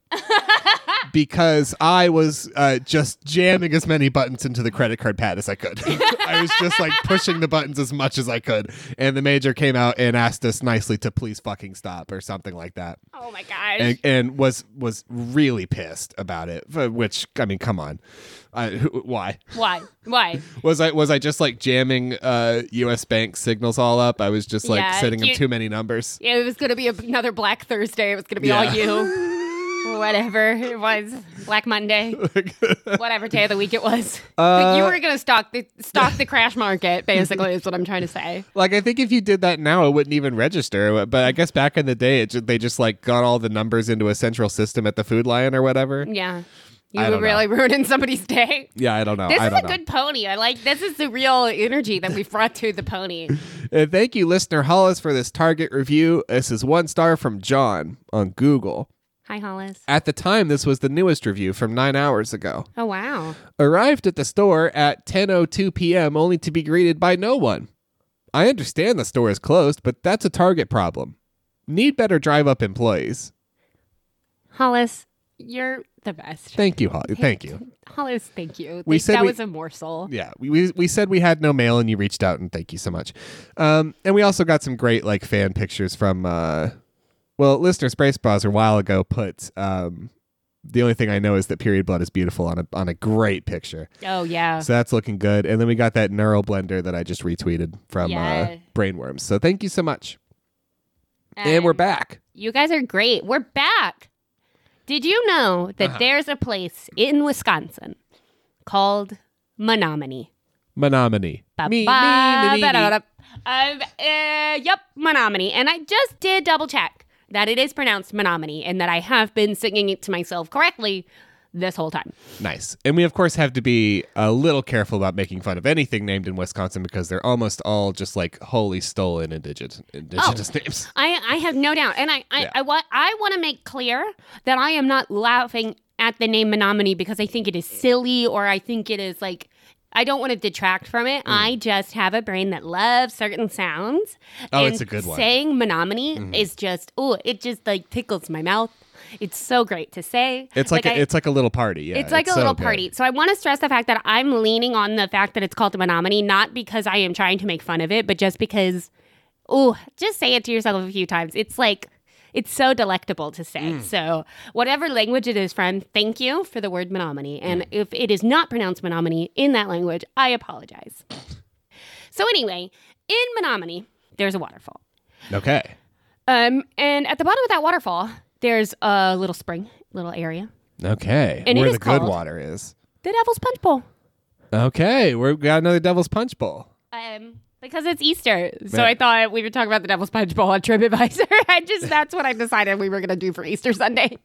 S1: because I was uh, just jamming as many buttons into the credit card pad as I could. I was just like pushing the buttons as much as I could. And the manager came out and asked us nicely to please fucking stop or something like that.
S2: oh my gosh!
S1: And, and was was really pissed about it, for which I mean, come on, I, who, why?
S2: Why? Why?
S1: Was I was I just like jamming uh, U.S. bank signals all up? I was just like
S2: Yeah,
S1: sending
S2: you-
S1: them too many numbers.
S2: Yeah, it was gonna be another Black Thursday. It was gonna be all
S1: Yeah.
S2: you. Whatever it was, Black Monday, whatever day of the week it was. But you
S1: Uh,
S2: were gonna stock the stock the crash market. Basically, is what I'm trying to say.
S1: Like I think if you did that now, it wouldn't even register. But I guess back in the day, it ju- they just like got all the numbers into a central system at the Food Lion or whatever.
S2: Yeah, you
S1: I
S2: were
S1: don't know.
S2: really ruining somebody's day.
S1: Yeah, I don't know.
S2: This
S1: I
S2: is
S1: don't
S2: a good pony. I like this is the real energy that we've brought to the pony.
S1: know. Uh, thank you, listener Hollis, for this Target review. This is one star from John on Google.
S2: Hi, Hollis.
S1: At the time, this was the newest review from nine hours ago.
S2: Oh wow.
S1: Arrived at the store at 10:02 p.m. only to be greeted by no one. I understand the store is closed, but that's a Target problem. Need better drive-up employees.
S2: Hollis, you're the best.
S1: Thank you, Holly. Thank you.
S2: Hollis, thank you.
S1: We
S2: Th-
S1: said
S2: that
S1: we-
S2: was a morsel.
S1: yeah we, we, we said we had no mail and you reached out and thank you so much um, and we also got some great like fan pictures from uh, well listener space browser a while ago put um, the only thing i know is that period blood is beautiful on a, on a great picture
S2: Oh yeah.
S1: so that's looking good and then we got that neural blender that i just retweeted from
S2: Yeah.
S1: uh, brainworms so thank you so much and we're
S2: Um,
S1: back
S2: You guys are great. We're back. Did you know that
S1: Uh-huh.
S2: there's a place in Wisconsin called Menominee?
S1: menominee
S2: Ba-
S1: Me-
S2: ba-
S1: me- me- me-
S2: ba-da-da. Um, uh, yep, Menominee. And I just did double check that it is pronounced Menominee and that I have been singing it to myself correctly this whole time.
S1: Nice. And we, of course, have to be a little careful about making fun of anything named in Wisconsin because they're almost all just like wholly stolen indigent, indigenous
S2: Oh.
S1: names.
S2: I, I have no doubt. And I, I,
S1: Yeah.
S2: I, wa- I want to make clear that I am not laughing at the name Menominee because I think it is silly or I think it is like, I don't want to detract from
S1: Mm.
S2: it. I just have a brain that loves certain sounds.
S1: Oh,
S2: and
S1: it's a good one. Mm-hmm.
S2: Saying Menominee is just, oh, it just like tickles my mouth. It's so great to say.
S1: It's like,
S2: I-
S1: a, it's like a little party. Yeah,
S2: it's like a
S1: so
S2: little
S1: good.
S2: party. So I want to stress the fact that I'm leaning on the fact that it's called a Menominee, not because I am trying to make fun of it, but just because, oh, just say it to yourself a few times. It's like, it's so delectable to say.
S1: Mm.
S2: So whatever language it is from, thank you for the word Menominee. And if it is not pronounced Menominee in that language, I apologize. so anyway, in Menominee, there's a waterfall.
S1: Okay.
S2: Um, and at the bottom of that waterfall, there's a little spring, little area.
S1: Okay.
S2: And it
S1: Where
S2: is
S1: the good
S2: called-
S1: water is.
S2: The Devil's Punch Bowl.
S1: Okay. We've got another Devil's Punch Bowl.
S2: Um, because it's Easter, so
S1: Right.
S2: I thought we were talking about the Devil's Punch Bowl on TripAdvisor. I just that's what I decided we were gonna do for Easter Sunday.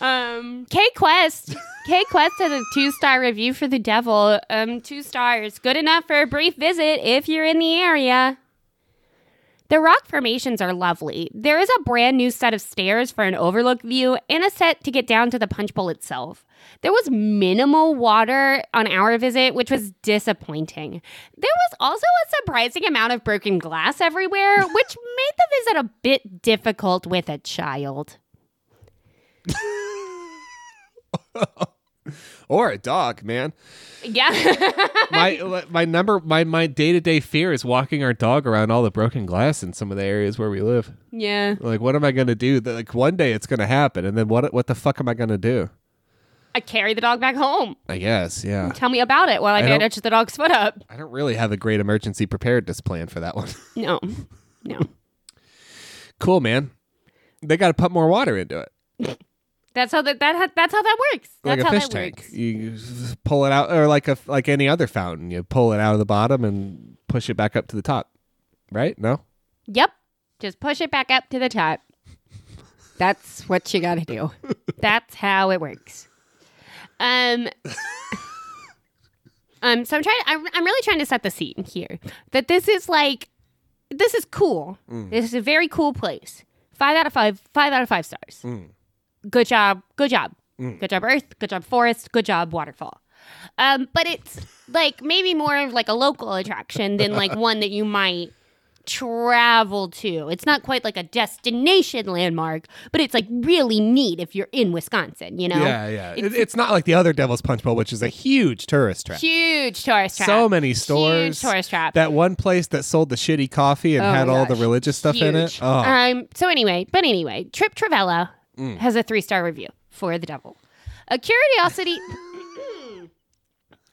S2: Um, K Quest, K Quest has a two star review for the Devil. Um, two stars, good enough for a brief visit if you're in the area. The rock formations are lovely. There is a brand new set of stairs for an overlook view and a set to get down to the punch bowl itself. There was minimal water on our visit, which was disappointing. There was also a surprising amount of broken glass everywhere, which made the visit a bit difficult with a child.
S1: Or a dog, man.
S2: Yeah.
S1: My my number my my day to day fear is walking our dog around all the broken glass in some of the areas where we live.
S2: yeah.
S1: Like, what am I gonna do? That- Like, one day it's gonna happen, and then what? What the fuck am I gonna do?
S2: I carry the dog back home.
S1: I guess. Yeah.
S2: Tell me about it while I,
S1: I don't-
S2: bandage the dog's foot up.
S1: I don't really have a great emergency preparedness plan for that one.
S2: No. No.
S1: cool, man. They got to put more water into it,
S2: That's how that, that that's how that works. That's
S1: like
S2: how
S1: a fish
S2: that
S1: tank.
S2: works.
S1: You s- pull it out, or like a like any other fountain, you pull it out of the bottom and push it back up to the top. Right? No.
S2: Yep. Just push it back up to the top. That's what you gotta do. That's how it works. Um. um. So I'm trying. I'm, I'm really trying to set the scene here. That this is like, this is cool. This is a very cool place. Five out of five. Five out of five stars. Good job. Good job. Good job, Earth. Good job, Forest. Good job, Waterfall. Um, but it's like maybe more of like a local attraction than like one that you might travel to. It's not quite like a destination landmark, but it's like really neat if you're in Wisconsin, you know?
S1: Yeah, yeah. It- It's, not like the other Devil's Punch Bowl, which is a huge tourist trap.
S2: Huge tourist trap.
S1: So many stores.
S2: Huge tourist trap.
S1: That one place that sold the shitty coffee and
S2: Oh
S1: had
S2: my
S1: all the
S2: gosh.
S1: religious stuff in it.
S2: Huge.
S1: Oh,
S2: Um, so anyway, but anyway, Trip Travella
S1: Mm.
S2: has a three-star review for The Devil. A curiosity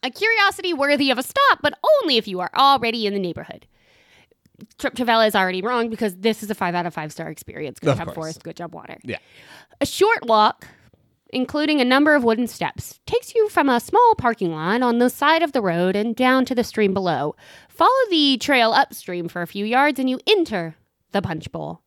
S2: a curiosity worthy of a stop, but only if you are already in the neighborhood. Trip Travella is already wrong because this is a five out of five star experience. Good
S1: Of
S2: job,
S1: course.
S2: Forest. Good job, Water.
S1: Yeah.
S2: A short walk, including a number of wooden steps, takes you from a small parking lot on the side of the road and down to the stream below. Follow the trail upstream for a few yards and you enter the Punch Bowl.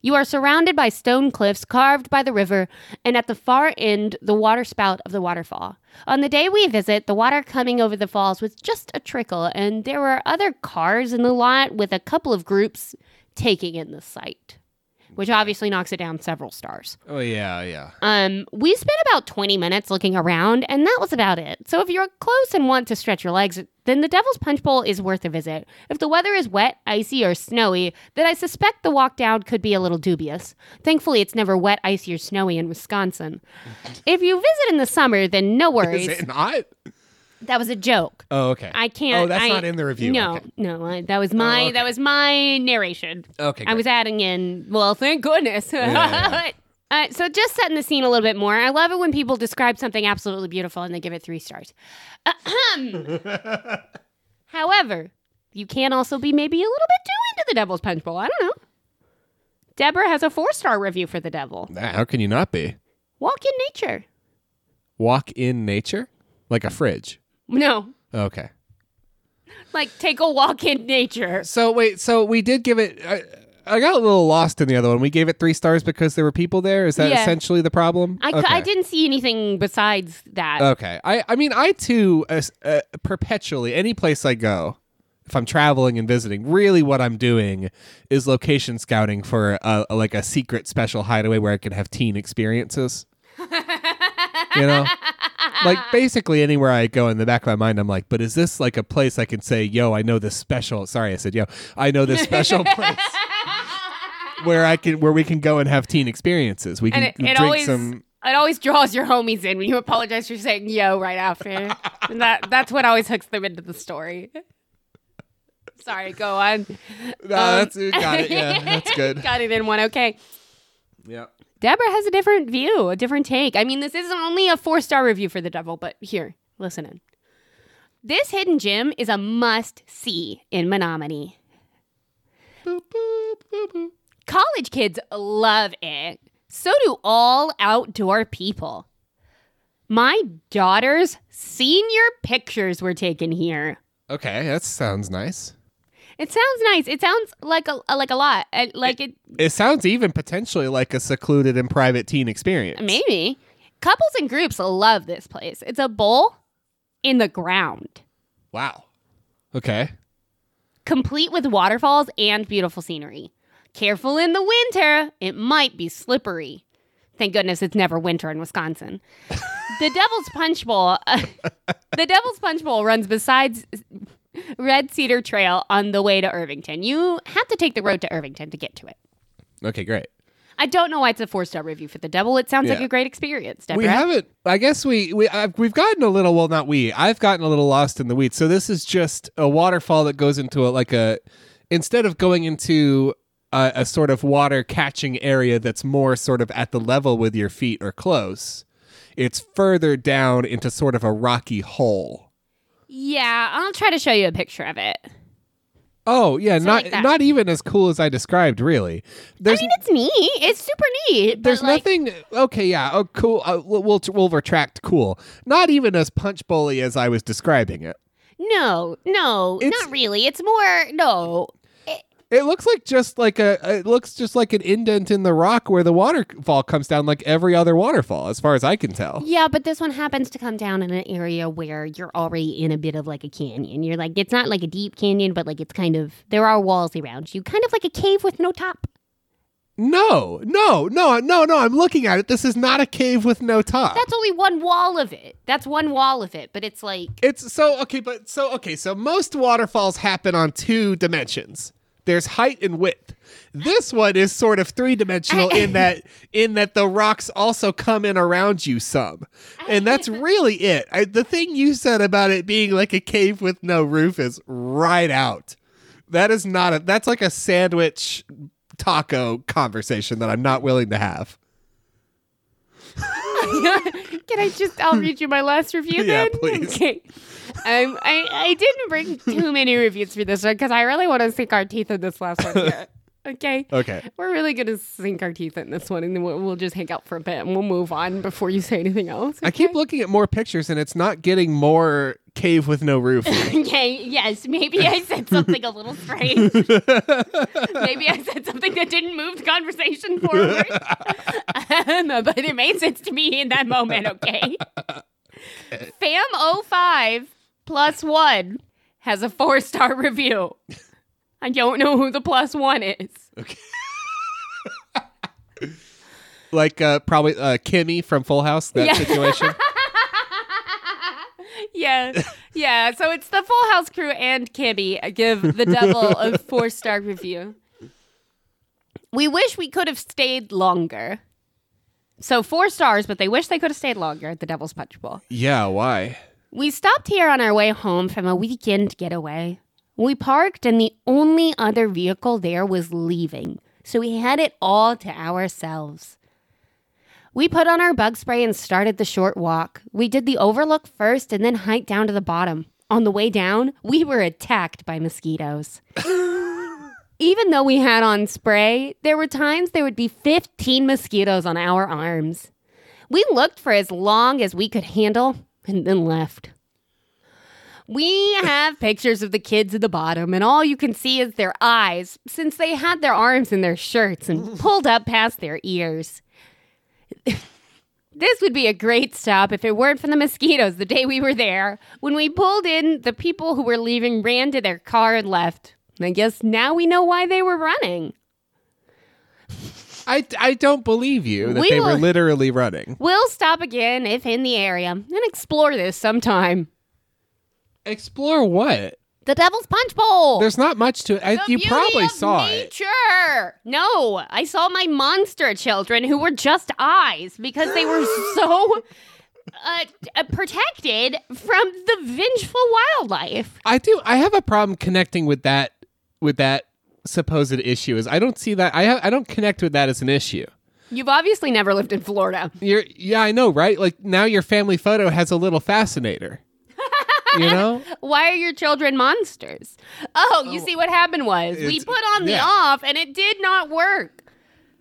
S2: You are surrounded by stone cliffs carved by the river, and at the far end, the waterspout of the waterfall. On the day we visit, the water coming over the falls was just a trickle, and there were other cars in the lot with a couple of groups taking in the sight, which obviously knocks it down several stars.
S1: oh yeah, yeah.
S2: Um, we spent about 20 minutes looking around, and that was about it. So if you're close and want to stretch your legs, then the Devil's Punch Bowl is worth a visit. If the weather is wet, icy, or snowy, then I suspect the walk down could be a little dubious. Thankfully, it's never wet, icy, or snowy in Wisconsin. If you visit in the summer, then no
S1: Is
S2: worries.
S1: it not?
S2: that was a joke.
S1: Oh, okay.
S2: I
S1: Oh,
S2: can't.
S1: that's
S2: I-
S1: not in the review.
S2: No,
S1: Okay. Oh,
S2: no, I, that was my
S1: okay.
S2: that was my narration.
S1: Okay.
S2: I was adding in, well, thank goodness.
S1: yeah,
S2: Uh, so just setting the scene a little bit more. I love it when people describe something absolutely beautiful and they give it three stars. Ahem. However, you can also be maybe a little bit too into the Devil's Punch Bowl. I don't know. Deborah has a four star review for the Devil.
S1: great. How can you not be?
S2: Walk in nature.
S1: Walk in nature? Like a fridge.
S2: No,
S1: Okay.
S2: like take a walk in nature.
S1: So wait, so we did give it. I, I got a little lost in the other one. We gave it three stars because there were people there. Is that
S2: Yeah.
S1: essentially the problem?
S2: I, cou-
S1: okay.
S2: I didn't see anything besides that.
S1: Okay. I I mean I too as- uh, perpetually any place I go. If I'm traveling and visiting, really what I'm doing is location scouting for a, a- like a secret special hideaway where I can have teen experiences. you know, like basically anywhere I go in the back of my mind, I'm like, but is this like a place I can say, yo, I know this special? Sorry, I said yo, I know this special place where I can where we can go and have teen experiences. We can
S2: and it,
S1: drink
S2: it always
S1: some.
S2: it always draws your homies in when you apologize for saying yo right after. and that that's what always hooks them into the story. Sorry, go on. Um,
S1: No, ah, Uh, that's got it. Yeah, that's good.
S2: Got it in one. Okay.
S1: Yeah.
S2: Deborah has a different view, a different take. I mean, this isn't only a four star review for the devil, but here, listen in. This hidden gem is a must see in Menominee. College kids love it. So do all outdoor people. My daughter's senior pictures were taken here.
S1: Okay, that sounds nice.
S2: It sounds nice. It sounds like a like a lot. Uh, Like it
S1: It sounds even potentially like a secluded and private teen experience.
S2: Maybe. Couples and groups love this place. It's a bowl in the ground,
S1: Wow. Okay.
S2: complete with waterfalls and beautiful scenery. Careful in the winter, it might be slippery. Thank goodness it's never winter in Wisconsin. the Devil's Punch Bowl. the Devil's Punch Bowl runs besides Red Cedar Trail on the way to Irvington. You have to take the road to Irvington to get to it.
S1: Okay, great.
S2: I don't know why it's a four star review for the Devil. It sounds like
S1: Yeah.
S2: a great experience, Deborah.
S1: We haven't. I guess we we I've, we've gotten a little. Well, not we. I've gotten a little lost in the weeds. So this is just a waterfall that goes into a like a instead of going into a, a sort of water catching area that's more sort of at the level with your feet or close. It's further down into sort of a rocky hole.
S2: yeah, I'll try to show you a picture of it.
S1: Oh yeah, not
S2: like that.
S1: not even as cool as I described. Really, there's
S2: I mean, it's neat. It's super neat. but,
S1: There's
S2: like,
S1: nothing. Okay, yeah. Oh, cool. Uh, we'll, we'll we'll retract. Cool. Not even as punch bully as I was describing it.
S2: No, no,
S1: It's-
S2: not really. It's more no.
S1: It looks like just like a. uh, It looks just like an indent in the rock where the waterfall comes down, like every other waterfall, as far as I can tell.
S2: Yeah, but this one happens to come down in an area where you're already in a bit of like a canyon. You're like it's not like a deep canyon, but like it's kind of there are walls around you, kind of like a cave with no top.
S1: No, no, no, no, no. I'm looking at it. This is not a cave with no top.
S2: That's only one wall of it. That's one wall of it, but it's like
S1: it's so okay, but so okay. So most waterfalls happen on two dimensions. There's height and width. This one is sort of three dimensional in that in that the rocks also come in around you some, and that's really it. I, the thing you said about it being like a cave with no roof is right out. That is not a. That's like a sandwich taco conversation that I'm not willing to have.
S2: Can I just? I'll read you my last review
S1: Yeah,
S2: then.
S1: please.
S2: Okay. Um, I I didn't bring too many reviews for this one because I really want to sink our teeth in this last one. Here. Okay.
S1: Okay.
S2: We're really gonna sink our teeth in this one, and then we'll, we'll just hang out for a bit, and we'll move on before you say anything else.
S1: I keep looking at more pictures and it's not getting more cave with no roof.
S2: Okay, yes, maybe I said something a little strange. maybe I said something that didn't move the conversation forward. um, but it made sense to me in that moment, okay? Fam05 plus one has a four star review. I don't know who the plus one is.
S1: like uh, probably uh, Kimmy from Full House, that
S2: Yeah.
S1: situation.
S2: Yeah, yeah. So it's the Full House crew and Kimmy give the devil a four star review. We wish we could have stayed longer. So four stars, but they wish they could have stayed longer at the Devil's Punch Bowl.
S1: yeah, why?
S2: We stopped here on our way home from a weekend getaway. We parked, and the only other vehicle there was leaving, so we had it all to ourselves. We put on our bug spray and started the short walk. We did the overlook first and then hiked down to the bottom. On the way down, we were attacked by mosquitoes. Even though we had on spray, there were times there would be 15 mosquitoes on our arms. We looked for as long as we could handle and then left. We have pictures of the kids at the bottom, and all you can see is their eyes since they had their arms in their shirts and pulled up past their ears. this would be a great stop if it weren't for the mosquitoes the day we were there. When we pulled in, the people who were leaving ran to their car and left. I guess now we know why they were running.
S1: I, I don't believe you that
S2: We
S1: they were
S2: will-
S1: literally running.
S2: We'll stop again if in the area and explore this sometime.
S1: Explore what?
S2: The Devil's Punch Bowl.
S1: There's not much to it. I,
S2: The
S1: you
S2: beauty
S1: probably
S2: of
S1: saw it.
S2: nature. No, I saw my monster children who were just eyes because they were so uh, uh, protected from the vengeful wildlife.
S1: I do. I have a problem connecting with that with that supposed issue. Is I don't see that. I ha- I don't connect with that as an issue.
S2: You've obviously never lived in Florida.
S1: You're yeah, I know, right? Like now your family photo has a little fascinator. you know?
S2: Why are your children monsters? Oh, you see what happened was we
S1: It's-
S2: put on the
S1: yeah.
S2: off and it did not work.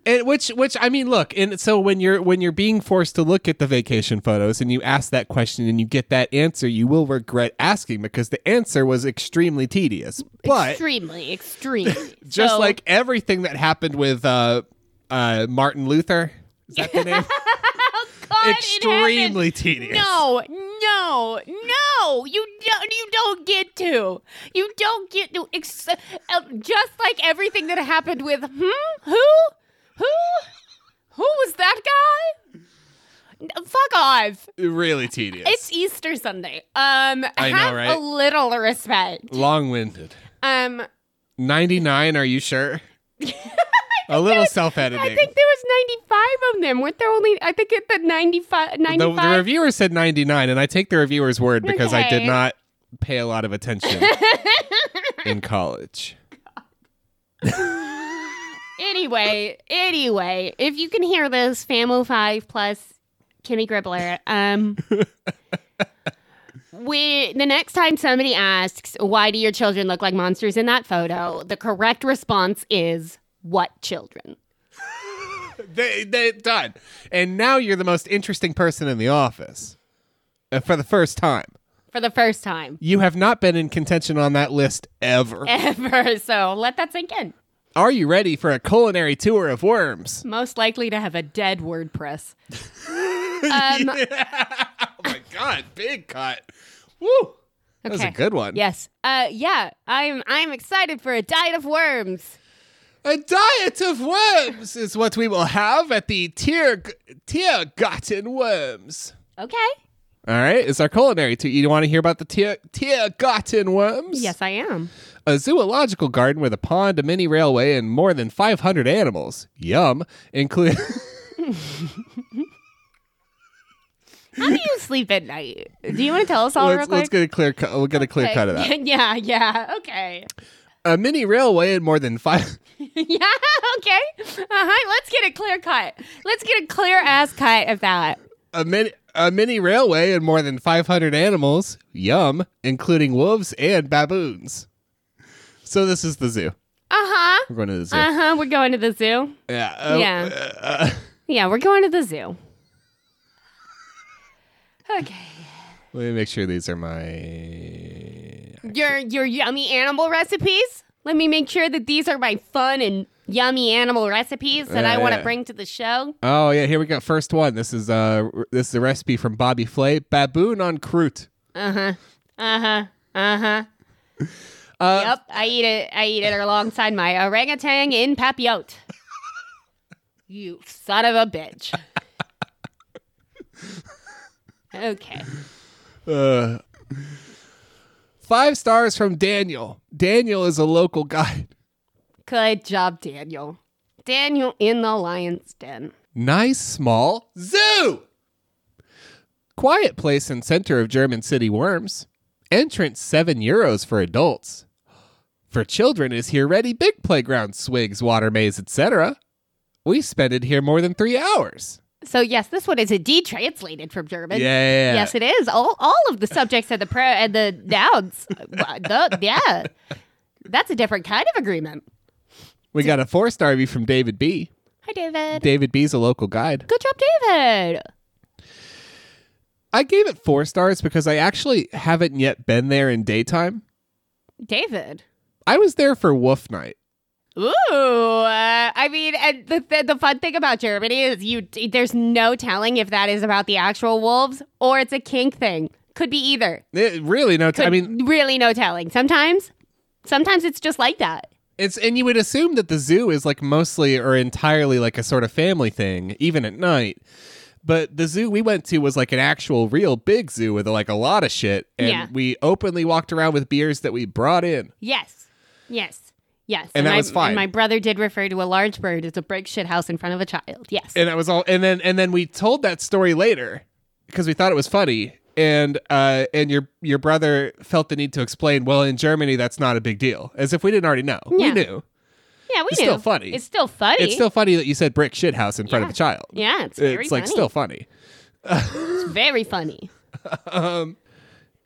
S1: And which which I mean, look, and so when you're when you're being forced to look at the vacation photos and you ask that question and you get that answer, you will regret asking because the answer was extremely tedious. But
S2: extremely, extremely.
S1: just
S2: So-
S1: like everything that happened with uh uh Martin Luther, is that the name?
S2: God, it happened.
S1: extremely tedious.
S2: No, no, no! You don't. You don't get to. You don't get to. Ex- uh, just like everything that happened with hmm, who, who, who was that guy? N- Fuck off!
S1: Really tedious.
S2: It's Easter Sunday. Um,
S1: I know,
S2: have a
S1: right?
S2: little respect.
S1: long winded.
S2: Um,
S1: Ninety nine, are you sure? a little self
S2: I
S1: editing.
S2: think there was ninety five of them. Weren't there only? I think at the 95,
S1: the, the
S2: 95
S1: reviewer said 99 and i take the reviewer's word because i did
S2: Okay.
S1: not pay a lot of attention in college
S2: anyway, anyway, if you can hear this, Famo Five plus Kimmy Gribbler, um, we the next time somebody asks why do your children look like monsters in that photo, the correct response is what children?
S1: they, they done and now you're the most interesting person in the office Uh, for the first time
S2: For the first time
S1: you have not been in contention on that list ever
S2: Eh. ever, so let that sink in.
S1: are you ready for a culinary tour of worms
S2: Most likely to have a dead WordPress. Um,
S1: Yeah. oh my god big cut Woo. that was a
S2: Okay.
S1: good one
S2: Yes. Uh, yeah, I'm I'm excited for a diet of worms.
S1: A diet of worms is what we will have at the Tier Tiergarten Worms.
S2: Okay.
S1: All right, it's our culinary tour. You want to hear about the Tier Tiergarten worms?
S2: Yes, I am.
S1: A zoological garden with a pond, a mini railway, and more than 500 animals. Yum. Include.
S2: How do you sleep at night? Do you want to tell us all real
S1: let's,
S2: quick?
S1: let's get a clear cut. We'll get a clear
S2: Okay.
S1: cut of that.
S2: yeah, yeah. Okay.
S1: A mini railway and more than five.
S2: yeah, okay. Uh-huh. Let's get a clear cut. Let's get a clear ass cut of that.
S1: a mini a mini railway and more than 500 animals, yum, including wolves and baboons. So this is the zoo.
S2: Uh-huh.
S1: We're going to the zoo.
S2: Uh-huh. We're going to the zoo.
S1: yeah. uh,
S2: yeah.
S1: uh,
S2: Yeah, we're going to the zoo. Okay.
S1: let me make sure these are my.
S2: Your your yummy animal recipes? Let me make sure that these are my fun and yummy animal recipes that I
S1: Yeah,
S2: want to
S1: yeah.
S2: bring to the show.
S1: Oh yeah, here we go. First one. This is uh r- this is a recipe from Bobby Flay. Baboon on croute.
S2: Uh-huh. Uh-huh. Uh-huh.
S1: Uh,
S2: yep, I eat it. I eat it alongside my orangutan in papillote. you son of a bitch. okay.
S1: Uh, five stars from Daniel. Daniel is a local guide.
S2: Good job, Daniel. Daniel in the lion's den.
S1: nice small zoo. Quiet place in center of German city Worms. Entrance 7 euros for adults. For children is here ready big playground swigs, water maze, etc. We spent it here more than 3 hours.
S2: So yes, this one is indeed translated from German.
S1: yeah.
S2: Yes, it is. All all of the subjects and the pro and the nouns. Uh, the- yeah, that's a different kind of agreement.
S1: We got a 4-star review from David B.
S2: Hi, David.
S1: David B's a local guide.
S2: Good job, David.
S1: I gave it 4 stars because I actually haven't yet been there in daytime.
S2: David.
S1: I was there for Wolf Night.
S2: Ooh, uh, I mean, and the, the the fun thing about Germany is you there's no telling if that is about the actual wolves or it's a kink thing. Could be either.
S1: It, really no t- I mean
S2: really, no telling. Sometimes, sometimes it's just like that.
S1: It's and you would assume that the zoo is like mostly or entirely like a sort of family thing, even at night. But the zoo we went to was like an actual real big zoo with like a lot of shit. And
S2: Yeah.
S1: we openly walked around with beers that we brought in.
S2: Yes, yes, yes.
S1: And that
S2: my,
S1: was fine.
S2: And my brother did refer to a large bird as a break shit house in front of a child. Yes.
S1: And that was all and then and then we told that story later because we thought it was funny. And uh and your your brother felt the need to explain, well, in Germany that's not a big deal. As if we didn't already know. We
S2: Yeah.
S1: knew.
S2: yeah, we
S1: it's
S2: knew.
S1: still funny.
S2: It's still funny.
S1: It's still funny that you said brick shit house in front of
S2: Yeah.
S1: a child.
S2: yeah. It's very
S1: It's like
S2: funny.
S1: still funny.
S2: It's very funny.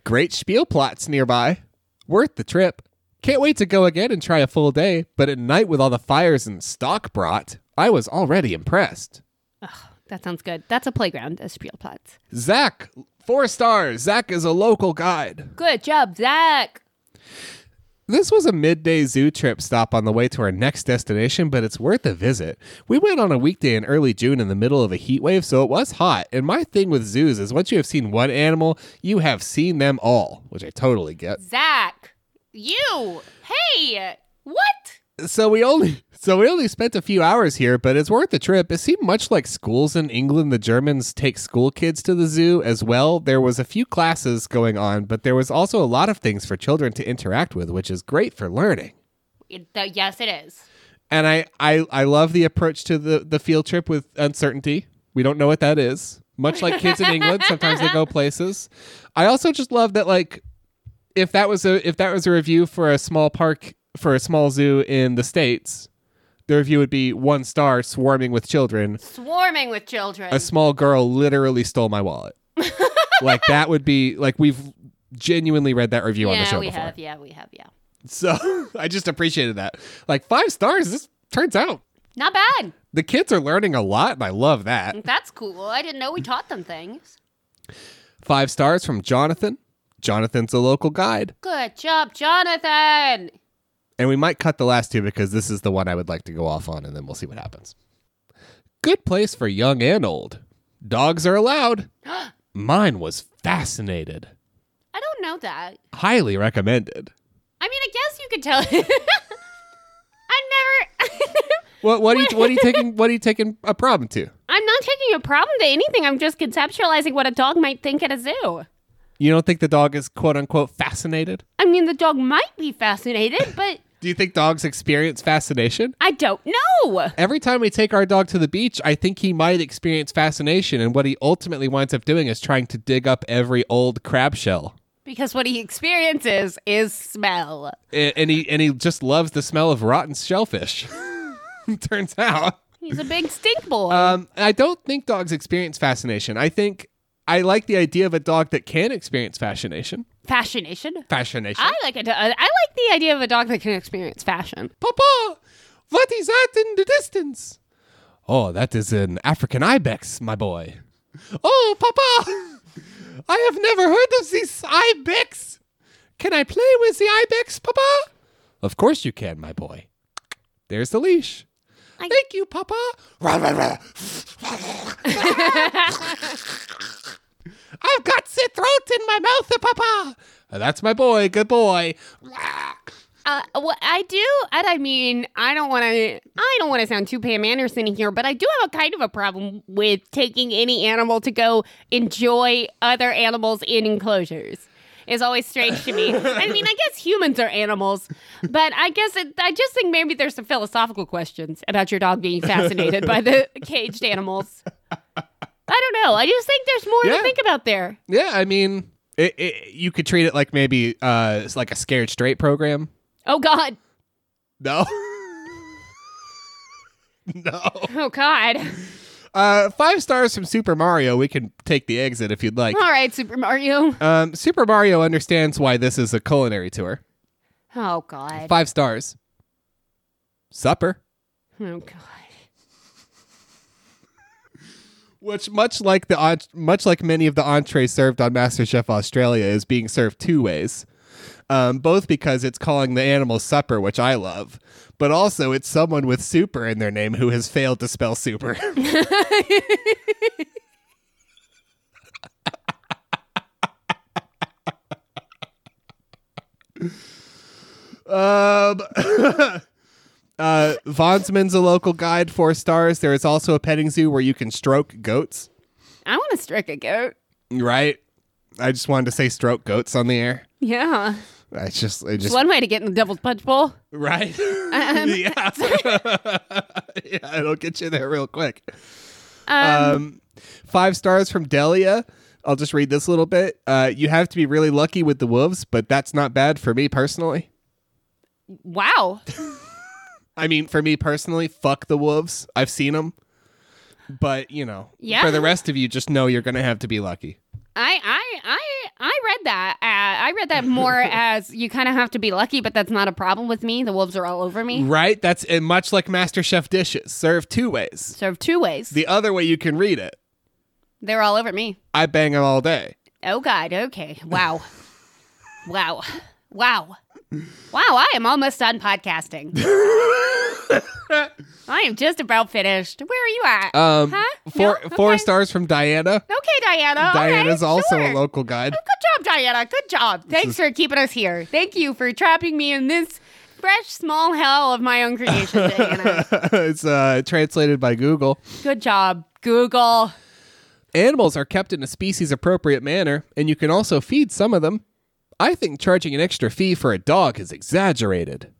S1: Great spiel plots nearby. Worth the trip. Can't wait to go again and try a full day, but at night with all the fires and stock brought, I was already impressed.
S2: That sounds good. That's a playground, a Spielplatz.
S1: Zach, four stars. Zach is a local guide.
S2: Good job, Zach.
S1: This was a midday zoo trip stop on the way to our next destination, but it's worth a visit. We went on a weekday in early June in the middle of a heat wave, so it was hot. And my thing with zoos is once you have seen one animal, you have seen them all, which I totally get.
S2: Zach, you. Hey, what?
S1: so we only so we only spent a few hours here, but it's worth the trip. It seemed much like schools in England. The Germans take school kids to the zoo as well. There was a few classes going on, but there was also a lot of things for children to interact with, which is great for learning.
S2: It- the- yes, it is.
S1: And I I, I love the approach to the, the field trip with uncertainty. We don't know what that is. Much like kids in England, sometimes they go places. I also just love that like if that was a if that was a review for a small park for a small zoo in the states, the review would be one star swarming with children.
S2: Swarming with children.
S1: A small girl literally stole my wallet. like that would be like we've genuinely read that review on the
S2: yeah,
S1: show
S2: we
S1: before.
S2: have. Yeah, we have. Yeah.
S1: So I just appreciated that. Like five stars, this turns out
S2: Not bad.
S1: the kids are learning a lot, and I love that.
S2: That's cool. I didn't know we taught them things.
S1: Five stars from Jonathan. Jonathan's a local guide.
S2: Good job, Jonathan.
S1: And we might cut the last two because this is the one I would like to go off on, and then we'll see what happens. Good place for young and old. Dogs are allowed. Mine was fascinated.
S2: I don't know that.
S1: Highly recommended.
S2: I mean, I guess you could tell. I never.
S1: What what are you what are you taking what are you taking a problem to?
S2: I I'm not taking a problem to anything. I'm just conceptualizing what a dog might think at a zoo.
S1: You don't think the dog is quote unquote fascinated?
S2: I mean, the dog might be fascinated, but
S1: Do you think dogs experience fascination?
S2: I don't know.
S1: Every time we take our dog to the beach, I think he might experience fascination. And what he ultimately winds up doing is trying to dig up every old crab shell.
S2: Because what he experiences is smell.
S1: A- And he, and he just loves the smell of rotten shellfish. Turns out.
S2: He's a big stink boy.
S1: Um, I don't think dogs experience fascination. I think I like the idea of a dog that can experience fascination.
S2: Fascination.
S1: Fascination.
S2: I like it. I like the idea of a dog that can experience fashion.
S1: Papa, what is that in the distance? Oh, that is an African ibex, my boy. Oh, Papa, I have never heard of these ibex. Can I play with the ibex, Papa? Of course you can, my boy. There's the leash.
S2: I-
S1: Thank you, Papa. I've got the throat in my mouth, Papa. That's my boy. Good boy.
S2: Uh, what I do, and I mean, I don't want to. I don't want to sound too Pam Anderson here, but I do have a kind of a problem with taking any animal to go enjoy other animals in enclosures. Is always strange to me. I mean, I guess humans are animals, but I guess it, I just think maybe there's some philosophical questions about your dog being fascinated by the caged animals. I don't know. I just think there's more
S1: Yeah.
S2: to think about there.
S1: Yeah, I mean, it, it, you could treat it like maybe uh, it's like a scared straight program.
S2: Oh God.
S1: No. no.
S2: Oh God.
S1: Uh, five stars from Super Mario. We can take the exit if you'd like.
S2: All right, Super Mario.
S1: Um, Super Mario understands why this is a culinary tour.
S2: Oh God.
S1: Five stars. Supper.
S2: Oh God.
S1: Which, much like the en- much like many of the entrees served on MasterChef Australia, is being served two ways. Um, both because it's calling the animal supper, which I love, but also it's someone with super in their name who has failed to spell super. Um, uh, Vonsman's a local guide, four stars. There is also a petting zoo where you can stroke goats.
S2: I want to strike a goat.
S1: Right? I just wanted to say stroke goats on the air.
S2: Yeah.
S1: I just, I
S2: It's
S1: just,
S2: one way to get in the devil's punch bowl.
S1: right? yeah. yeah, it'll get you there real quick.
S2: Um,
S1: Um, five stars from Delia. I'll just read this little bit. Uh, you have to be really lucky with the wolves, but that's not bad for me personally.
S2: wow.
S1: I mean, for me personally, fuck the wolves. I've seen them. But, you know,
S2: Yeah.
S1: for the rest of you, just know you're going to have to be lucky.
S2: I I I I read that. Uh, I read that more as you kind of have to be lucky, but that's not a problem with me. The wolves are all over me.
S1: Right? That's and much like MasterChef dishes, serve two ways.
S2: Serve two ways.
S1: The other way you can read it,
S2: They're all over me.
S1: I bang them all day.
S2: Oh God. Okay. Wow. wow. Wow. Wow. I am almost done podcasting. I am just about finished. Where are you at?
S1: Um,
S2: Huh?
S1: Four,
S2: No?
S1: four
S2: Okay.
S1: stars from Diana.
S2: okay, Diana.
S1: Diana's
S2: All right,
S1: also
S2: sure.
S1: a local guide.
S2: Good job, Diana. Good job. Thanks for keeping us here. Thank you for trapping me in this fresh, small hell of my own creation, Diana.
S1: it's uh, translated by Google.
S2: Good job, Google.
S1: Animals are kept in a species appropriate manner, and you can also feed some of them. I think charging an extra fee for a dog is exaggerated.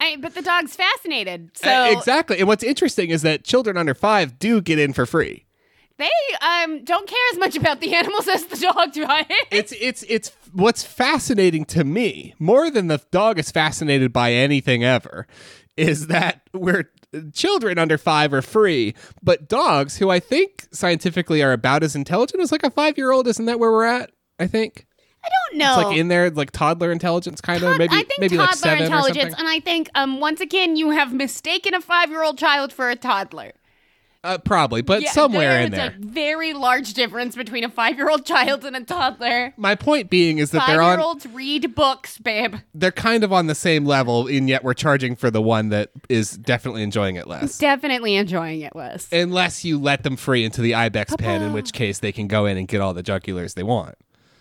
S2: I, but the dog's fascinated, so
S1: Uh, exactly. And what's interesting is that children under five do get in for free.
S2: they um don't care as much about the animals as the dog does.
S1: It's it's it's what's fascinating to me more than the dog is fascinated by anything ever is that we're children under five are free, but dogs who I think scientifically are about as intelligent as like a five year old. Isn't that where we're at? I think
S2: I don't know.
S1: it's like in there like toddler intelligence kind of
S2: Oh. Todd-
S1: maybe
S2: I think
S1: maybe
S2: toddler
S1: like seven or
S2: intelligence,
S1: something.
S2: and I think um once again you have mistaken a five-year-old child for a toddler.
S1: Uh, probably, but
S2: um, Yeah,
S1: somewhere in
S2: is
S1: there.
S2: a very large difference between a five-year-old child and a toddler.
S1: My point being is that they're on
S2: Five-year-olds read books, babe.
S1: they're kind of on the same level, and yet we're charging for the one that is definitely enjoying it less.
S2: Definitely enjoying it, Wes.
S1: Unless you let them free into the ibex pen, in which case they can go in and get all the jugulars they want.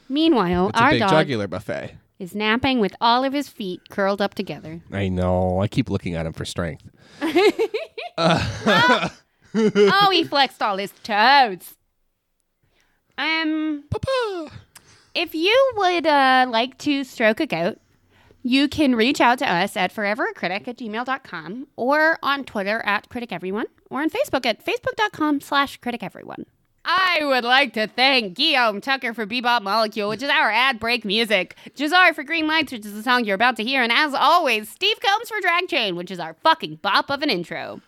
S2: Meanwhile,
S1: It's a
S2: our
S1: big
S2: dog
S1: jugular buffet.
S2: is napping with all of his feet curled up together.
S1: I know. I keep looking at him for strength.
S2: oh, he flexed all his toes. Um,
S1: Papa.
S2: if you would uh, like to stroke a goat, you can reach out to us at foreveracritic at gmail.com or on Twitter at Critic Everyone or on Facebook at facebook.com slash Critic Everyone. I would like to thank Guillaume Tucker for Bebop Molecule, which is our ad break music, Jazar for Green Lights, which is the song you're about to hear, and as always, Steve Combs for Drag Chain, which is our fucking bop of an intro.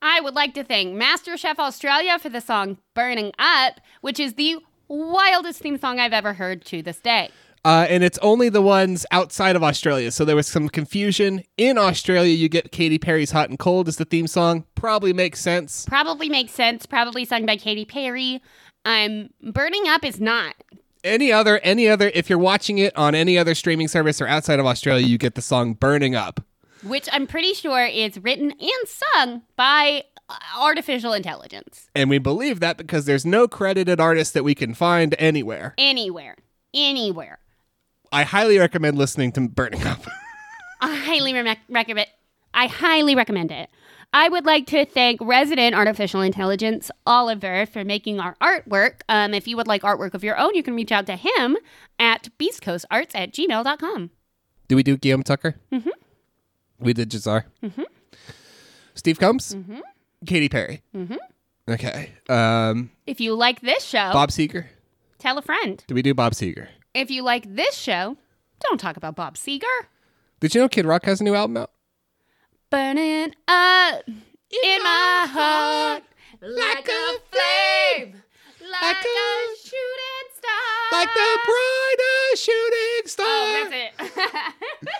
S2: I would like to thank MasterChef Australia for the song Burning Up, which is the wildest theme song I've ever heard to this day.
S1: Uh, and it's only the ones outside of Australia. So there was some confusion. In Australia, you get Katy Perry's Hot and Cold as the theme song. Probably makes sense.
S2: Probably makes sense, probably sung by Katy Perry. Um, Burning Up is not.
S1: Any other, any other, if you're watching it on any other streaming service or outside of Australia, you get the song Burning Up.
S2: which I'm pretty sure is written and sung by uh, artificial intelligence
S1: And we believe that because there's no credited artist that we can find anywhere.
S2: anywhere, anywhere.
S1: I highly recommend listening to Burning Up.
S2: I highly re- recommend. I highly recommend it. I would like to thank resident artificial intelligence Oliver for making our artwork. Um, if you would like artwork of your own, you can reach out to him at beastcoastarts at gmail.com.
S1: Do we do Guillaume Tucker? Mm-hmm. We did Jazar. Mm-hmm. Steve Combs? Mm-hmm. Katy Perry? Mm-hmm. Oh. Okay. Um,
S2: If you like this show,
S1: Bob Seger?
S2: tell a friend.
S1: Did we do Bob Seger?
S2: If you like this show, don't talk about Bob Seger.
S1: Did you know Kid Rock has a new album out?
S2: burning up in, my heart like a flame, like a shooting star.
S1: Ah. Oh, Like the pride of shooting star.
S2: Oh, that's it.
S1: Oh.